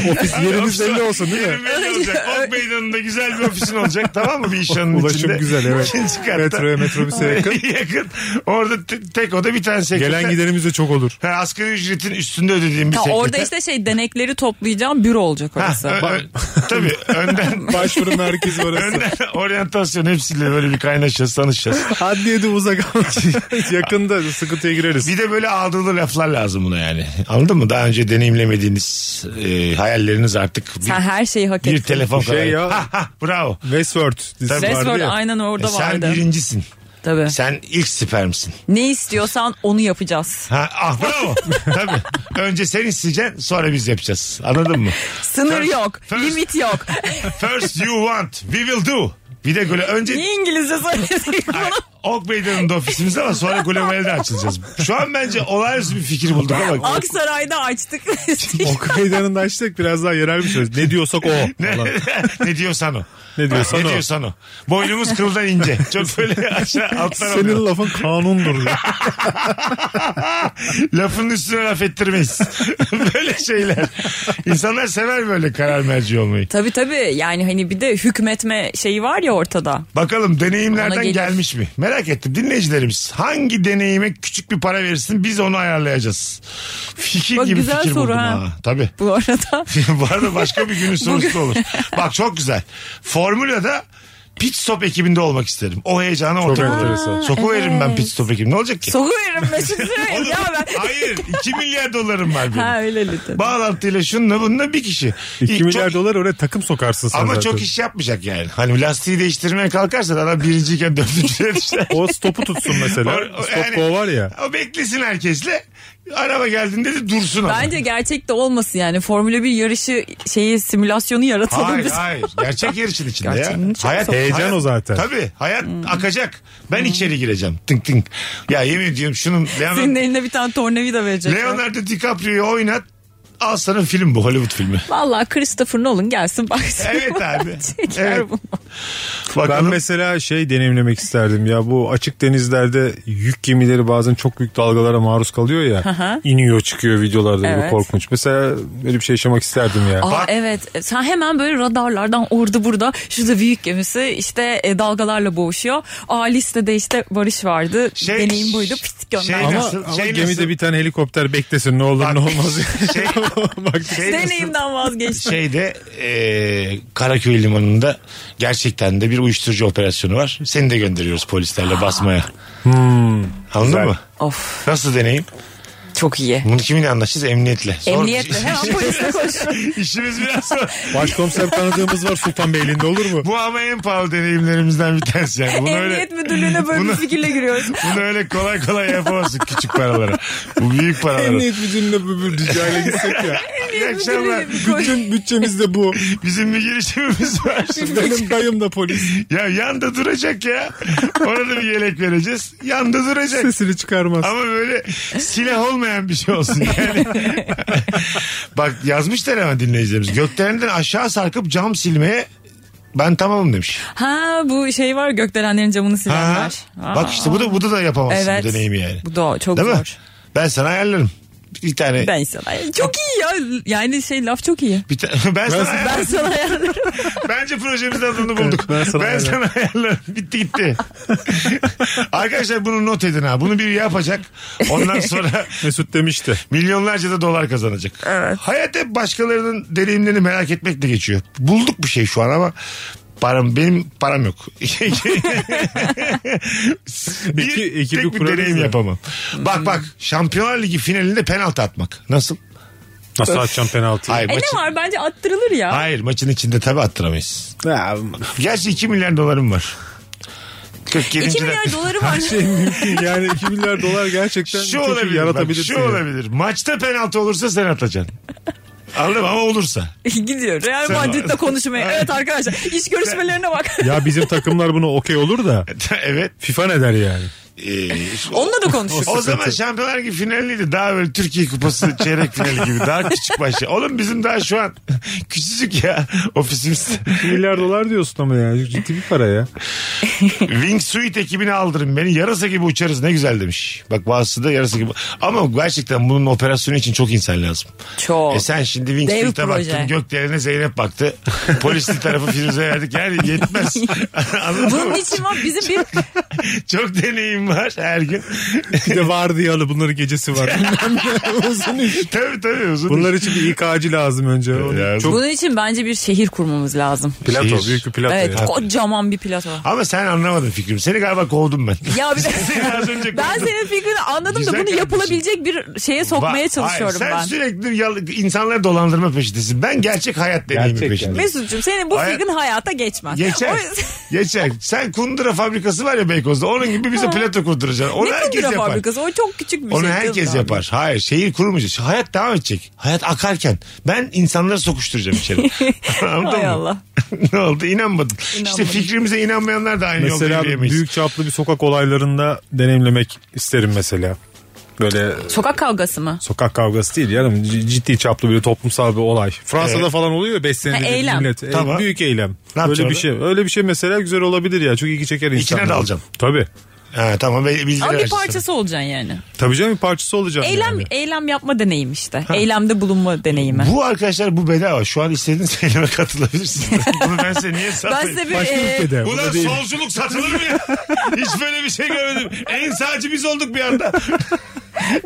[SPEAKER 3] Ofis yeriniz belli olsun değil mi?
[SPEAKER 1] Yerin belli olacak. Ok meydanında güzel bir ofisin olacak tamam mı bir iş yanının
[SPEAKER 3] Ulaşım
[SPEAKER 1] içinde.
[SPEAKER 3] güzel, evet.
[SPEAKER 1] İkinci katta.
[SPEAKER 3] Metroya metrobüse yakın.
[SPEAKER 1] yakın. Orada te- tek oda bir tane sekreter.
[SPEAKER 3] Gelen gidenimiz de çok olur.
[SPEAKER 1] Ha, asgari ücretin üstünde ödediğim bir
[SPEAKER 2] Ha,
[SPEAKER 1] sekreter.
[SPEAKER 2] orada işte şey denekleri toplayacağım büro olacak
[SPEAKER 1] Ha,
[SPEAKER 2] orası.
[SPEAKER 1] ö- ö- tabii önden
[SPEAKER 3] Başvuru merkezi orası.
[SPEAKER 1] önden oryantasyon hepsiyle böyle bir kaynaşacağız tanışacağız.
[SPEAKER 3] Adliyede uzak ama yakında sıkıntıya gireriz.
[SPEAKER 1] Bir de böyle ağdalı laflar lazım buna yani. Anladın mı? Daha önce deneyimlemediğiniz e, hayalleriniz artık bir,
[SPEAKER 2] Sen her şeyi hak
[SPEAKER 1] bir
[SPEAKER 2] ettin.
[SPEAKER 1] telefon
[SPEAKER 3] Şey
[SPEAKER 1] kadar.
[SPEAKER 3] ya.
[SPEAKER 1] Ha, ha, bravo.
[SPEAKER 3] Westworld dizisi
[SPEAKER 1] Tabii.
[SPEAKER 3] vardı
[SPEAKER 2] Resmen
[SPEAKER 3] ya.
[SPEAKER 2] aynen orada
[SPEAKER 1] E, Sen
[SPEAKER 2] vardı.
[SPEAKER 1] birincisin.
[SPEAKER 2] Tabii.
[SPEAKER 1] Sen ilk sipermsin.
[SPEAKER 2] Ne istiyorsan onu yapacağız.
[SPEAKER 1] Ha, ah bravo. Tabii. Önce sen isteyeceksin sonra biz yapacağız. Anladın mı?
[SPEAKER 2] Sınır
[SPEAKER 1] First-
[SPEAKER 2] yok,
[SPEAKER 1] first-
[SPEAKER 2] limit yok.
[SPEAKER 1] First you want, we will do. Bir de böyle önce
[SPEAKER 2] Niye İngilizce söyledik
[SPEAKER 1] Ay,
[SPEAKER 2] bunu?
[SPEAKER 1] Ok Meydanı'nda ofisimizde ama sonra Gulemel'de açılacağız. Şu an bence olağanüstü bir fikir bulduk ama.
[SPEAKER 2] Aksaray'da açtık.
[SPEAKER 3] Ok meydanında açtık biraz daha yerel bir söz. Ne diyorsak o.
[SPEAKER 1] Ne,
[SPEAKER 3] falan.
[SPEAKER 1] ne diyorsan o.
[SPEAKER 3] Ne diyorsan
[SPEAKER 1] ne
[SPEAKER 3] o.
[SPEAKER 1] diyorsan o. Boynumuz kıldan ince. Çok böyle aşağı alttan alıyor.
[SPEAKER 3] Senin lafın kanundur. ya.
[SPEAKER 1] Lafın üstüne laf ettirmeyiz. böyle şeyler. İnsanlar sever böyle karar merci olmayı.
[SPEAKER 2] Tabii tabii yani hani bir de hükmetme şeyi var ya ortada.
[SPEAKER 1] Bakalım
[SPEAKER 2] Ona
[SPEAKER 1] deneyimlerden
[SPEAKER 2] gelir.
[SPEAKER 1] gelmiş mi? Merak ettim dinleyicilerimiz. Hangi deneyime küçük bir para verirsin biz onu ayarlayacağız. Fikir
[SPEAKER 2] Bak,
[SPEAKER 1] gibi
[SPEAKER 2] güzel
[SPEAKER 1] fikir
[SPEAKER 2] soru
[SPEAKER 1] buldum
[SPEAKER 2] ha.
[SPEAKER 1] ha. Tabii.
[SPEAKER 2] Bu arada
[SPEAKER 1] Bu arada başka bir günün sorusu da olur. Bak çok güzel. Formüla'da pit stop ekibinde olmak isterim. O heyecana
[SPEAKER 3] Çok
[SPEAKER 1] ortak
[SPEAKER 3] enteresan.
[SPEAKER 1] olurum. Sokuveririm ben pit stop ekibinde. Ne olacak ki?
[SPEAKER 2] Soğuyorum Mesut
[SPEAKER 1] Oğlum,
[SPEAKER 2] Süreyi ya ben.
[SPEAKER 1] Hayır 2 milyar dolarım var benim.
[SPEAKER 2] Ha öyle lütfen.
[SPEAKER 1] Bağlantıyla şununla bununla bir kişi.
[SPEAKER 3] 2
[SPEAKER 1] Çok-
[SPEAKER 3] milyar dolar oraya takım sokarsın sen
[SPEAKER 1] Ama
[SPEAKER 3] zaten.
[SPEAKER 1] çok iş yapmayacak yani. Hani lastiği değiştirmeye kalkarsa adam birinciyken dördüncüye düşer.
[SPEAKER 3] O stopu tutsun mesela.
[SPEAKER 1] O- o-
[SPEAKER 3] Stop
[SPEAKER 1] yani-
[SPEAKER 3] go var ya.
[SPEAKER 1] O beklesin herkesle. Araba geldiğinde de dursun ama.
[SPEAKER 2] Bence gerçek de olmasın yani. Formula 1 yarışı şeyi simülasyonu yaratalım
[SPEAKER 1] Hayır
[SPEAKER 2] biz.
[SPEAKER 1] hayır. Gerçek yarışın içinde
[SPEAKER 2] Gerçeğini
[SPEAKER 1] ya.
[SPEAKER 2] çok soğuk.
[SPEAKER 3] Heyecan o zaten.
[SPEAKER 1] Tabii. Hayat
[SPEAKER 2] Hmm.
[SPEAKER 1] akacak. Ben içeri gireceğim. Tınk tınk. Ya yemin ediyorum şunun
[SPEAKER 2] Senin
[SPEAKER 1] Leonardo,
[SPEAKER 2] eline bir tane tornavida verecekler.
[SPEAKER 1] Leonardo DiCaprio'yu oynat. Al sana film bu Hollywood filmi.
[SPEAKER 2] Vallahi Christopher Nolan gelsin baksın.
[SPEAKER 1] Evet abi.
[SPEAKER 2] Çeker
[SPEAKER 1] evet.
[SPEAKER 2] bunu.
[SPEAKER 3] Ben
[SPEAKER 1] Bakalım.
[SPEAKER 3] mesela şey deneyimlemek isterdim ya bu açık denizlerde yük gemileri bazen çok büyük dalgalara maruz kalıyor ya.
[SPEAKER 2] hı.
[SPEAKER 3] iniyor çıkıyor videolarda
[SPEAKER 2] Evet.
[SPEAKER 3] bu korkunç. Mesela böyle bir şey yaşamak isterdim ya.
[SPEAKER 2] Aa, evet sen hemen böyle radarlardan orada burada şurada büyük gemisi işte e, dalgalarla boğuşuyor. Aa listede işte Barış vardı.
[SPEAKER 1] Şey-
[SPEAKER 2] Deneyim buydu. Pit gönder.
[SPEAKER 1] Şey
[SPEAKER 3] ama,
[SPEAKER 1] nasıl-
[SPEAKER 3] ama
[SPEAKER 1] şey
[SPEAKER 3] gemide
[SPEAKER 1] nasıl-
[SPEAKER 3] bir tane helikopter beklesin ne olur
[SPEAKER 1] Bak-
[SPEAKER 3] ne olmaz.
[SPEAKER 1] Şey-
[SPEAKER 3] Bak,
[SPEAKER 1] Şey nasıl-
[SPEAKER 2] Deneyimden vazgeçtim.
[SPEAKER 1] şeyde e, Karaköy limanında gerçekten de bir uyuşturucu operasyonu var. Seni de gönderiyoruz polislerle basmaya. Anladın
[SPEAKER 3] Hmm. Güzel.
[SPEAKER 1] mı?
[SPEAKER 2] of
[SPEAKER 1] Nasıl deneyim?
[SPEAKER 2] çok iyi.
[SPEAKER 1] Bunu kiminle anlaşacağız? Emniyetle. Zor- şey.
[SPEAKER 2] Emniyetle hemen polise koş.
[SPEAKER 1] İşimiz biraz zor.
[SPEAKER 3] başkomiser tanıdığımız var Sultanbeyli'nde olur mu?
[SPEAKER 1] Bu ama en pahalı deneyimlerimizden bir tanesi. Yani bunu öyle,
[SPEAKER 2] Emniyet müdürlüğüne böyle
[SPEAKER 1] Bunu-
[SPEAKER 2] bir fikirle giriyoruz.
[SPEAKER 1] bunu öyle kolay kolay yapamazsın küçük paralara. Bu büyük paralara.
[SPEAKER 3] Emniyet müdürlüğüne bu bir ricayla gitsek ya.
[SPEAKER 1] İyi akşamlar.
[SPEAKER 2] müdürlüğüne bir koş.
[SPEAKER 3] Bütün bütçemiz de bu.
[SPEAKER 1] Bizim bir girişimimiz var.
[SPEAKER 3] Benim dayım da polis.
[SPEAKER 1] ya yanda duracak ya. Orada bir yelek vereceğiz. Yanda duracak.
[SPEAKER 3] Sesini çıkarmaz.
[SPEAKER 1] Ama böyle silah olmayan bir şey olsun yani. Bak yazmışlar hemen dinleyicilerimiz. Gökdelenden aşağı sarkıp cam silmeye ben tamamım demiş.
[SPEAKER 2] Ha bu şey var gökdelenlerin camını
[SPEAKER 1] Ha.
[SPEAKER 2] silenler. Aa.
[SPEAKER 1] Bak işte bu da bu da, da yapamazsın
[SPEAKER 2] Evet.
[SPEAKER 1] bu deneyimi yani.
[SPEAKER 2] Bu da çok
[SPEAKER 1] Değil
[SPEAKER 2] zor.
[SPEAKER 1] mi? Ben sana ayarlarım. Bir tane
[SPEAKER 2] Ben sana çok iyi ya yani şey laf çok iyi.
[SPEAKER 1] bir ta- ben, sana ayarlarım.
[SPEAKER 2] Ben sana ayarlarım.
[SPEAKER 1] Bence projemizin adını bulduk.
[SPEAKER 3] Evet,
[SPEAKER 1] ben
[SPEAKER 3] ben sana
[SPEAKER 1] sana, ayarlarım. Bitti gitti. Arkadaşlar bunu not edin ha. Bunu biri yapacak. Ondan sonra
[SPEAKER 3] Mesut demişti.
[SPEAKER 1] Milyonlarca da dolar kazanacak. Hayat hep başkalarının deneyimlerini merak etmekle geçiyor. Bulduk bir şey şu an ama param benim param yok. bir,
[SPEAKER 3] Eki- ekibi
[SPEAKER 1] tek bir
[SPEAKER 3] kurarız
[SPEAKER 1] deneyim
[SPEAKER 3] ya.
[SPEAKER 1] yapamam. Bak bak Şampiyonlar Ligi finalinde penaltı atmak. Nasıl?
[SPEAKER 3] Nasıl atacağım penaltıyı?
[SPEAKER 1] Hayır,
[SPEAKER 2] E
[SPEAKER 1] maçın,
[SPEAKER 2] ne var bence attırılır ya.
[SPEAKER 1] hayır maçın içinde tabii attıramayız.
[SPEAKER 3] Ya,
[SPEAKER 1] Gerçi 2 milyar dolarım var. 47.
[SPEAKER 2] 2 milyar
[SPEAKER 1] dakika-
[SPEAKER 2] doları var.
[SPEAKER 3] şey mümkün yani 2 milyar dolar gerçekten
[SPEAKER 1] Şu
[SPEAKER 3] çok iyi
[SPEAKER 1] olabilir. Bak,
[SPEAKER 3] yaratabilirsin.
[SPEAKER 1] şu
[SPEAKER 3] yani.
[SPEAKER 1] olabilir. Maçta penaltı olursa sen atacaksın. Anladın mı? Ama olursa.
[SPEAKER 2] Gidiyor Real
[SPEAKER 1] Sen-
[SPEAKER 2] Madrid'le konuşmaya. Evet arkadaşlar iş görüşmelerine bak.
[SPEAKER 3] Ya bizim takımlar buna okey olur da
[SPEAKER 1] evet.
[SPEAKER 3] FIFA ne der yani?
[SPEAKER 1] Ee,
[SPEAKER 2] Onunla da konuşuruz.
[SPEAKER 1] O
[SPEAKER 3] Sıkıntı.
[SPEAKER 1] zaman Şampiyonlar Ligi finaliydi. Daha böyle Türkiye Kupası çeyrek finali gibi. Daha küçük başlı. Oğlum bizim daha şu an küçücük ya ofisimiz.
[SPEAKER 3] 2 milyar dolar diyorsun ama ya ciddi bir para ya.
[SPEAKER 1] Wingsuit ekibini aldırın beni. Yarasa gibi uçarız ne güzel demiş. Bak bazısı da yarasa gibi. Ama gerçekten bunun operasyonu için çok insan lazım.
[SPEAKER 2] Çok.
[SPEAKER 1] E sen şimdi
[SPEAKER 2] Dev
[SPEAKER 1] Wingsuit'e
[SPEAKER 2] proje.
[SPEAKER 1] baktın. Gökdelen'e Zeynep baktı. Polisli tarafı Firuze verdik. Yani yetmez. Anladın
[SPEAKER 2] Bunun
[SPEAKER 1] mı?
[SPEAKER 2] için var bizim bir
[SPEAKER 1] Çok deneyim var her gün. E
[SPEAKER 3] Bir de vardiyalı bunların gecesi var. Bilmem ne, Uzun iş.
[SPEAKER 1] tabii tabii uzun.
[SPEAKER 3] Bunlar için bir İK'cı lazım önce. O
[SPEAKER 1] Ya,
[SPEAKER 3] çok
[SPEAKER 2] bunun için bence bir şehir kurmamız lazım.
[SPEAKER 3] plato,
[SPEAKER 1] Şehir.
[SPEAKER 3] büyük bir plato.
[SPEAKER 2] Evet
[SPEAKER 3] ya.
[SPEAKER 2] kocaman bir plato.
[SPEAKER 1] Ama sen anlamadın fikrimi. Seni galiba kovdum ben.
[SPEAKER 2] Ya bir
[SPEAKER 1] Seni az önce
[SPEAKER 2] ben
[SPEAKER 1] kovdum.
[SPEAKER 2] senin fikrini anladım
[SPEAKER 1] Güzel
[SPEAKER 2] da bunu
[SPEAKER 1] kardeşim.
[SPEAKER 2] yapılabilecek bir şeye sokmaya
[SPEAKER 1] Ba-
[SPEAKER 2] çalışıyorum
[SPEAKER 1] Hayır, sen
[SPEAKER 2] ben.
[SPEAKER 1] sürekli yal- insanları dolandırma peşindesin. Ben gerçek hayat deneyimi
[SPEAKER 3] Gerçek
[SPEAKER 1] peşindeyim.
[SPEAKER 2] Mesut'cum senin bu
[SPEAKER 1] Hayat-
[SPEAKER 2] fikrin hayata geçmez.
[SPEAKER 1] Geçer.
[SPEAKER 2] O yüzden-
[SPEAKER 1] Geçer. Sen kundura fabrikası var ya Beykoz'da. Onun gibi bize plato kurduracaksın. Onu
[SPEAKER 2] ne
[SPEAKER 1] herkes
[SPEAKER 2] kundura
[SPEAKER 1] yapar.
[SPEAKER 2] fabrikası? O çok küçük bir şey.
[SPEAKER 1] Onu
[SPEAKER 2] canım
[SPEAKER 1] herkes
[SPEAKER 2] abi.
[SPEAKER 1] yapar. Hayır şehir kurulmayacak. Hayat devam edecek. Hayat akarken ben insanları sokuşturacağım içeri. Anladın
[SPEAKER 2] Hay
[SPEAKER 1] mı?
[SPEAKER 2] Allah.
[SPEAKER 1] ne oldu? İnanmadın. İşte
[SPEAKER 2] İnanmadım.
[SPEAKER 1] fikrimize inanmayanlar da aynı yolda
[SPEAKER 3] Mesela
[SPEAKER 1] yürüyemeyiz.
[SPEAKER 3] büyük çaplı bir sokak olaylarında deneyimlemek isterim mesela. Böyle
[SPEAKER 2] Sokak kavgası mı?
[SPEAKER 3] sokak kavgası değil yani C- ciddi çaplı bir toplumsal bir olay. Fransa'da
[SPEAKER 1] Evet.
[SPEAKER 3] falan oluyor ya 5 senedir
[SPEAKER 2] Ha, eylem.
[SPEAKER 3] millet. E,
[SPEAKER 1] Tamam.
[SPEAKER 3] büyük eylem.
[SPEAKER 1] Ne
[SPEAKER 3] Öyle
[SPEAKER 1] yapacağız
[SPEAKER 3] bir şey. Öyle bir şey mesela güzel olabilir ya. Çok ilgi çeker insanlar.
[SPEAKER 1] dalacağım.
[SPEAKER 3] Tabii.
[SPEAKER 1] Ha, tamam be- bilgiler
[SPEAKER 2] Ama bir
[SPEAKER 1] açısından.
[SPEAKER 2] parçası olacaksın yani.
[SPEAKER 3] Tabii canım bir parçası olacağım.
[SPEAKER 2] Eylem
[SPEAKER 3] yani.
[SPEAKER 2] eylem yapma deneyim işte. Eylemde bulunma deneyimi.
[SPEAKER 1] Bu arkadaşlar bu bedava. Şu an istediğiniz eyleme katılabilirsiniz. Bunu ben size niye
[SPEAKER 2] ben
[SPEAKER 1] satayım?
[SPEAKER 2] size bir
[SPEAKER 3] Başka
[SPEAKER 2] e,
[SPEAKER 3] ülkede.
[SPEAKER 1] Ulan
[SPEAKER 3] burada değil.
[SPEAKER 1] solculuk satılır mı ya? Hiç böyle bir şey görmedim. En sağcı biz olduk bir anda.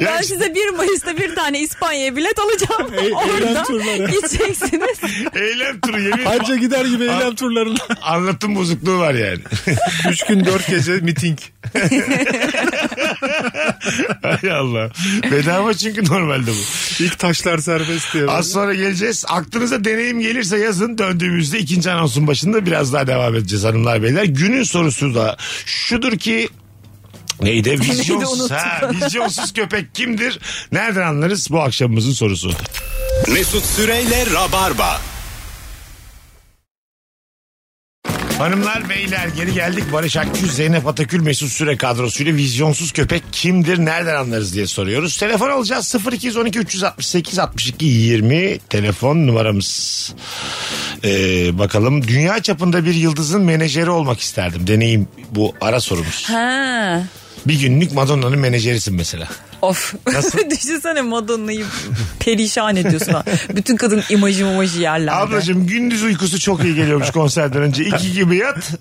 [SPEAKER 2] Ben size 1 Mayıs'ta bir tane İspanya'ya bilet alacağım.
[SPEAKER 3] E- eylem
[SPEAKER 2] Orada
[SPEAKER 3] turları.
[SPEAKER 2] gideceksiniz.
[SPEAKER 1] Eylem turu yemin ederim.
[SPEAKER 3] Anca gider gibi eylem turlarına.
[SPEAKER 1] Anlatım bozukluğu var yani.
[SPEAKER 3] Üç gün dört gece miting.
[SPEAKER 1] Hay Allah. Bedava çünkü normalde bu.
[SPEAKER 3] İlk taşlar serbest diye.
[SPEAKER 1] Az sonra geleceğiz. Aklınıza deneyim gelirse yazın. Döndüğümüzde ikinci anonsun başında biraz daha devam edeceğiz hanımlar beyler. Günün sorusu da şudur ki Neydi? Vizyonsuz,
[SPEAKER 2] unuttum.
[SPEAKER 1] ha, vizyonsuz köpek kimdir? Nereden anlarız bu akşamımızın sorusu?
[SPEAKER 5] Mesut Süreyle Rabarba.
[SPEAKER 1] Hanımlar beyler geri geldik. Barış Akgüz, Zeynep Atakül, Mesut Süre kadrosuyla vizyonsuz köpek kimdir nereden anlarız diye soruyoruz. Telefon alacağız 0212 368 62 20 telefon numaramız. Ee, bakalım dünya çapında bir yıldızın menajeri olmak isterdim. Deneyim bu ara sorumuz.
[SPEAKER 2] Ha.
[SPEAKER 1] Bir günlük Madonna'nın menajerisin mesela.
[SPEAKER 2] Of. Düşünsene Madonna'yı perişan ediyorsun. ha. Bütün kadın imajı imajı yerlerde.
[SPEAKER 1] Ablacığım gündüz uykusu çok iyi geliyormuş konserden önce. İki gibi yat.